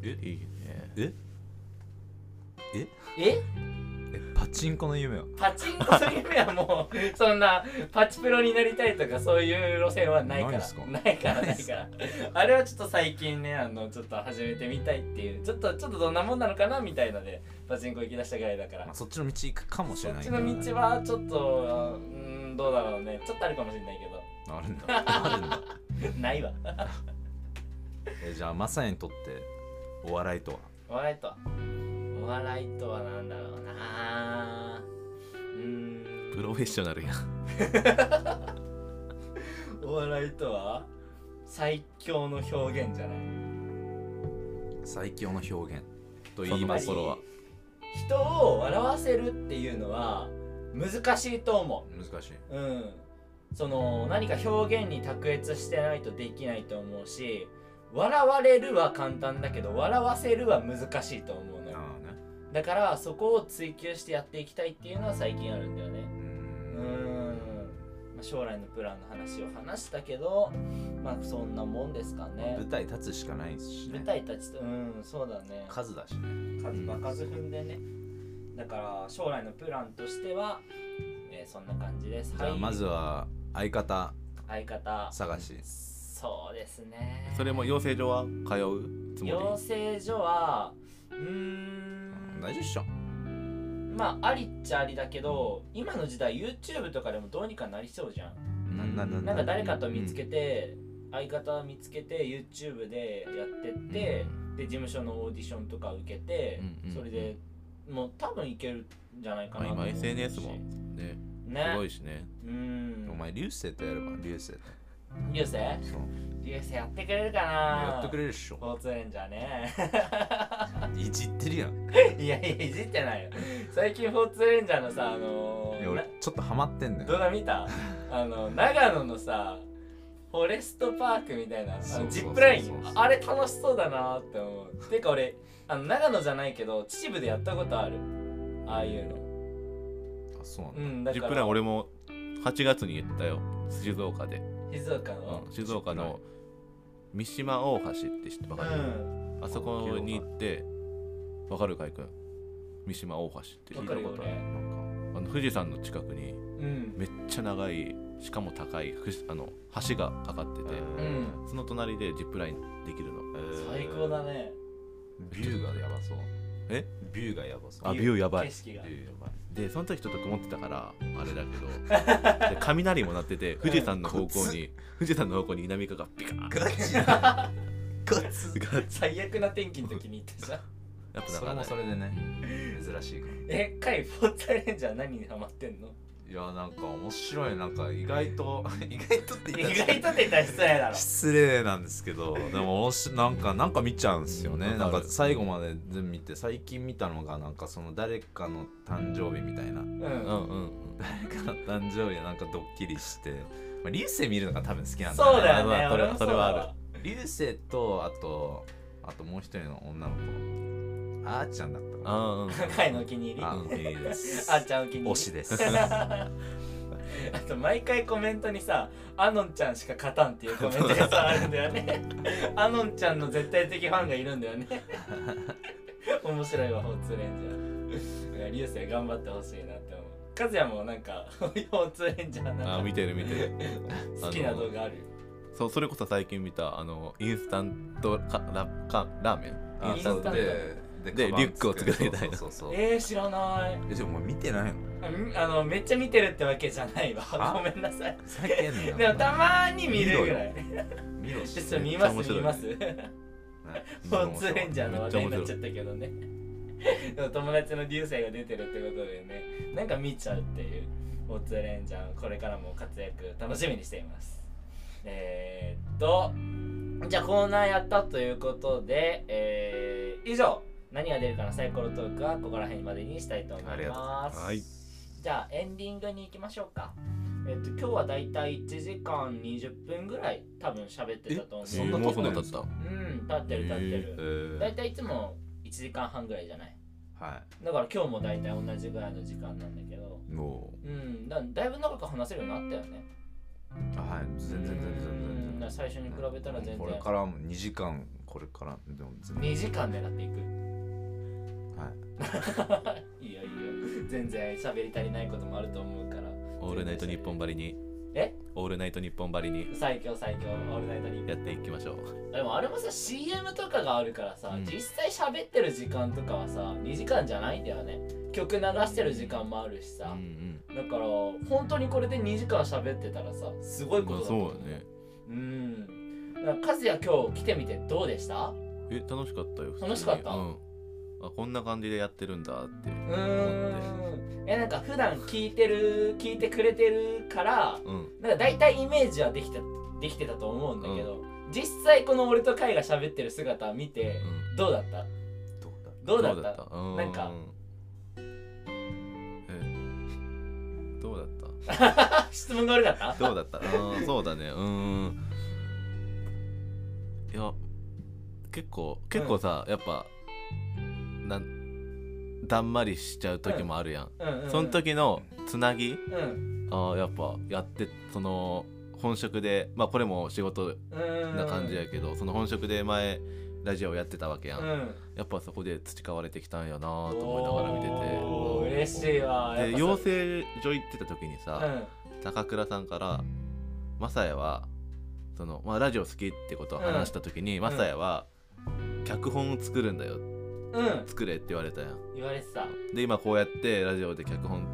いいね
え
え
えパチンコの夢は
パチンコの夢はもうそんなパチプロになりたいとかそういう路線はないから
ないっすか
ないから
な
ない
っ
い
す
か
から
あれはちょっと最近ねあのちょっと始めてみたいっていうちょっとちょっとどんなもんなのかなみたいのでパチンコ行きだしたぐらいだから
まあ、そっちの道行くかもし
そ
れ
っ
ない
ちの道はちょっとうんどうだろうねちょっとあるかもしれないけ
あるんだあるんだ
どないわ
えじゃあマサヤにとってお笑いとは
お笑いとはお笑いとはなんだろうな
プロフェッショナルやん
お笑いとは最強の表現じゃない
最強の表現
と言います頃は
人を笑わせるっていうのは難しいと思
難しいう
うんその何か表現に卓越してないとできないと思うし笑われるは簡単だけど笑わせるは難しいと思うのよ
ああね
だからそこを追求してやっていきたいっていうのは最近あるんだよね
う
うんん、まあ、将来のプランの話を話したけどまあそんなもんですかね
舞台立つしかないしね
舞台たちとうんそうだね
数だしね
数場数踏んでねだから将来のプランとしては、えーそんな感じです
じゃあまず
は
は相方
い相方
探し
そうですね
それも養成所は通うつも
養成所はうーん
大丈夫っしょ
まあありっちゃありだけど今の時代 YouTube とかでもどうにかなりそうじゃん
なんだなん
な
だ
んか誰かと見つけて、相方見つけて YouTube でやってって、で事務所のオーディションとか受けて、
うんうん
それでもう多分いけるんじゃないか
り、
な
まあ、今
と思うし
SNS もね
ね
すごいしね
うん
お前流星とやれば流星と
流星
そう
流星やってくれるかな
やってくれるっし
スポ
ょ
ーツレンジャーね
いじってるやん
いやいやいじってないよ最近スポーツレンジャーのさあの
い
ー
や俺ちょっとハマってんだ
な動
よ
画見たあの長野のさフォレストパークみたいなあの
そうそうそう
ジップライン
そうそう
ああれ楽しそうだなって思うてか俺あの長野じゃないけど秩父でやったことあるああいうの
あそうなん
う
だ
んだ
ジ
か
ッ
ら
プラン俺も8月に行ったよ静岡で、
静岡の
うん、静岡の三島大橋って知ってわかる、
うん
あそこに行ってわかるかいくん三島大橋って
わ
聞い
か
た
る
こ
よ
とある
ね
なんか
あの富士山の近くに
うん
めっちゃ長いしかも高いふしあの橋がかかってて、
うん
その隣でジップラインできるの
えー
最高だね
ビューがやばそう
え
ビューがやばそう
あビューやばい
景色が
ビューやばい
でその時ちょっと曇ってたからあれだけどで雷も鳴っ てて富士山の方向に富士山の方向に南かがビカーン
ガ チだガチ
ガッ
最悪な天気の時に行ったじゃん
やっぱな
そ
か
れ
な
も
い
それでね珍しいから
えカイフォーツレンジャー何にハマってんの
いやなんか面白いなんか意外と 意外とって
意
言ったら
外とって言ったら失礼だろ
失礼なんですけ どでもおもしなんかなんか見ちゃうんですよね
わか
な
る
んか最後まで全部見て最近見たのがなんかその誰かの誕生日みたいな
うん
うんうんうん
誰かの誕生日でなんかドッキリして、まあ、流星見るのが多分好きなんだ
そうだよ
まあ
ね
まあ
俺も
そ
そう
れ
だ
は
わ
ある
流星とあとあともう一人の女の子あーちゃんだったかな
あー
カイのお気に入り
あ
あ
ーお気に入りです
ーちゃんお気に入り
推しです
あと毎回コメントにさ「あのんちゃんしか勝たん」っていうコメントがさあるんだよ ねあのんちゃんの絶対的ファンがいるんだよね 面白いわホーツレンジャーだから流星頑張ってほしいなって思う和也もなんか ホーツレンジャー
うんあ
な
ー
ん
見
か
てる見 てる
好きな動画ある
そうそれこそ最近見たあのインスタントかラかラーメン
あ
インスタント
でで
で
カバン
リュックを作るみたいな
そうそうそうそう
えー、知らない
えでもお前見てないの
あみあのめっちゃ見てるってわけじゃないわ
あ
ごめんなさい
ふざけんなよ
でもたまーに見るぐらい
見ろし
ちょっと見ます
めっちゃ面白い
見ます
ね
ホーツレンジャーの話題に
め
な
っ
っち
ちゃ
ゃったけどねでも友達の流星が出てるってことでねなんか見ちゃうっていうホーツレンジャーこれからも活躍楽しみにしていますえー、っとじゃあコーナーやったということで、えー、以上何が出るかのサイコロトークはここら辺までにしたいと思
あ
い
りがとうご
ます
はい
じゃあエンディングに行きましょうかえっと今日はだいたい1時間20分ぐらい多分喋ってたと思う
えそんな
もう
と
そ
こ
ん
な
な
で
ん経っ
す
た
か
うん、立ってる立って
え
る。
ー
だいたいいつも1時間半ぐらいじゃない。
は
だから今日もだいたい同じぐらいの時間なんだけど、
いも
うん、だだいぶ長く話せるようになったよね。
うあはい全然全然
うんだから
全然
最初に比べたら全然
これからも2時間これからでも全然
2時間狙ってい
はい
く。いいよいいよ。全然喋り足りないこともあると思うから。
オールナイト日本ばりに
え
オールナイト日本ばりに
最強最強、オールナイトに。
やっていきましょう
でもあれもさ、CM とかがあるからさ、
うん
実際喋ってる時間とかはさ、2時間じゃないんだよね。曲流してる時間もあるしさ。
うん
だから本当にこれで2時間喋ってたらさすご
う
い
ん
こ
ま
と
あ
だと
そう
思
だね
うんだから和也今日来てみてどうでした
え楽しかったよ普通に
楽しかった
うんあこんな感じでやってるんだって
うーんえなんか普段聞いてる聞いてくれてるから
うん
なんか大体イメージはできたできてたと思うんだけど、実際この俺と海が喋ってる姿を見て
うん
どうだった
どうだ
どうだった
うー
なんか
ええどうだった
あ質問が悪かった
どうだったあーそうだねうーんいや結構結構さ、やっぱなんだんまりしちゃう時もあるやん、
うんうんうん
その時のつなぎ
うん
あーやっぱやってその本職でまあこれも仕事
うん
な感じやけど、その本職で前ラジオやってたわけやん、
うん
やっぱそこで培われてきたんやなと思いながら見てて
おー嬉しいわやっ
で
ぱ
養成所行ってた時にさ、
うん
高倉さんから「マサヤはその、まあ、ラジオ好きってことを話した時に、マサヤは脚本を作るんだよ
うん
作れって言われたやん
言われてた
で今こうやってラジオで脚本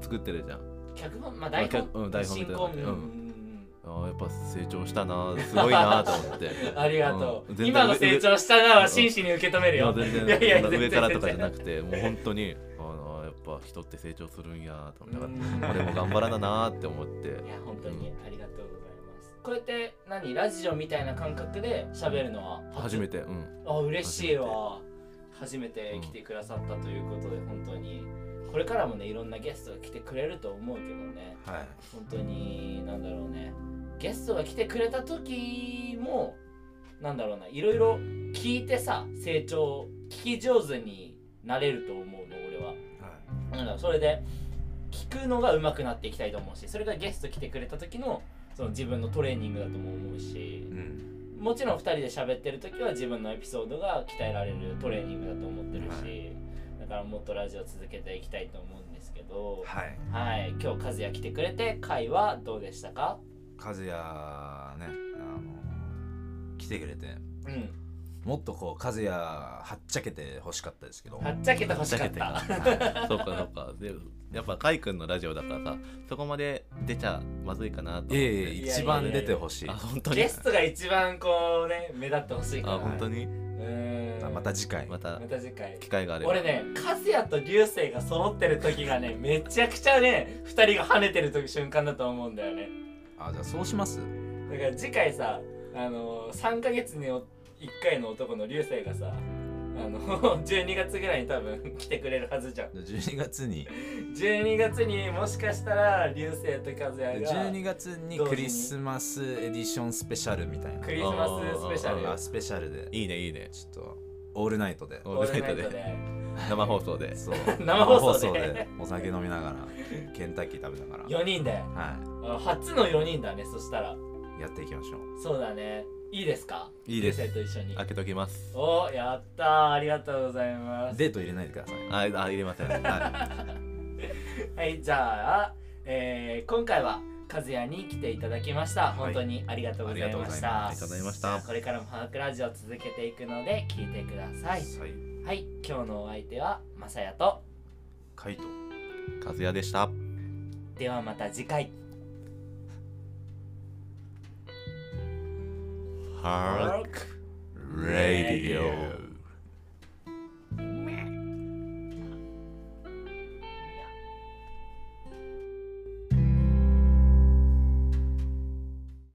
作ってるじゃん
脚本まあ台
あ脚う
本
ん台本み
進
たいな
行
感じ
うん
う
うんん
あーやっぱ成長したなすごいなと思って
ありがとう、
うん全然
今の成長したなは真摯に受け止める
いや
よ、
全然
いやいや
そんな
全然
上からとかじゃなくてもう本当にあのやっぱ人って成長するんやと思いなが
うん
ら俺も頑張らななって思って
いや本当にありがとうございますこうやって何ラジオみたいな感覚で喋るのは
初めてうん
あ嬉しいわ初めて来てくださったということで本当にこれからもねいろんなゲストが来てくれると思うけどね
はい
本当になんだろうねゲストが来てくれた時もなんだろうないろいろ聞いてさ成長聞き上手になれると思うの俺は
はい
なんだろうそれで聞くのが上手くなっていきたいと思うしそれがゲスト来てくれた時のその自分のトレーニングだとも思うし
うん
もちろん2人で喋ってる時は自分のエピソードが鍛えられるトレーニングだと思ってるし、
は
だからもっとラジオ続けていきたいと思うんですけど
はい
はい今日和也来てくれて会はどうでしたか
和也ねあの来てくれて
うん
もっとこう和也はっちゃけて欲しかったですけど
はっちゃけてほしかっ
は
た
っそうかそうかでやっぱカイ君のラジオだからさそこまで出ちゃまずいかなと思っ
い
て
えいえ一番出てほしい
あ本当に
ゲストが一番こうね目立ってほしいか
あ
ら
本当に
うーん
また次回
また
また次回
機会があれば
俺ね和也と流星が揃ってる時がねめちゃくちゃね2人が跳ねてる時瞬間だと思うんだよね
あじゃあそうします
だから次回さあのー、3ヶ月に1回の男の流星がさあ の12月ぐらいに多分来てくれるはずじゃん
じゃあ12 月に
12月にもしかしたら流星と和也が
12月にクリスマスエディションスペシャルみたいな
クリスマススペシャル
あスペシャルで
いいねいいね
ちょっとオールナイトで
オ
オー
ー
ル
ル
ナイ
ナイ
ト
ト
で
で生放送で
そう
生放送で
お酒飲みながらケンタッキー食べながら
4人で
は
あ初の4人だねそしたら
いやっていきましょう
そうだねいいですか
いいです
流星と一緒に
開けときます
おやったーありがとうございます
デート入れないでください
ああ入れませんは
はい、じゃあ、えー今回は和也に来ていただきました。
は
本
い
当にありがとうございました。
あ
いありがとうございまし
じゃあ
た
これからもハークラジオ続けていくので聞いてください。
はい
はい、今日のお相手はまさやと。
カイト
和也でした
ではまた次回。
ハークレディオ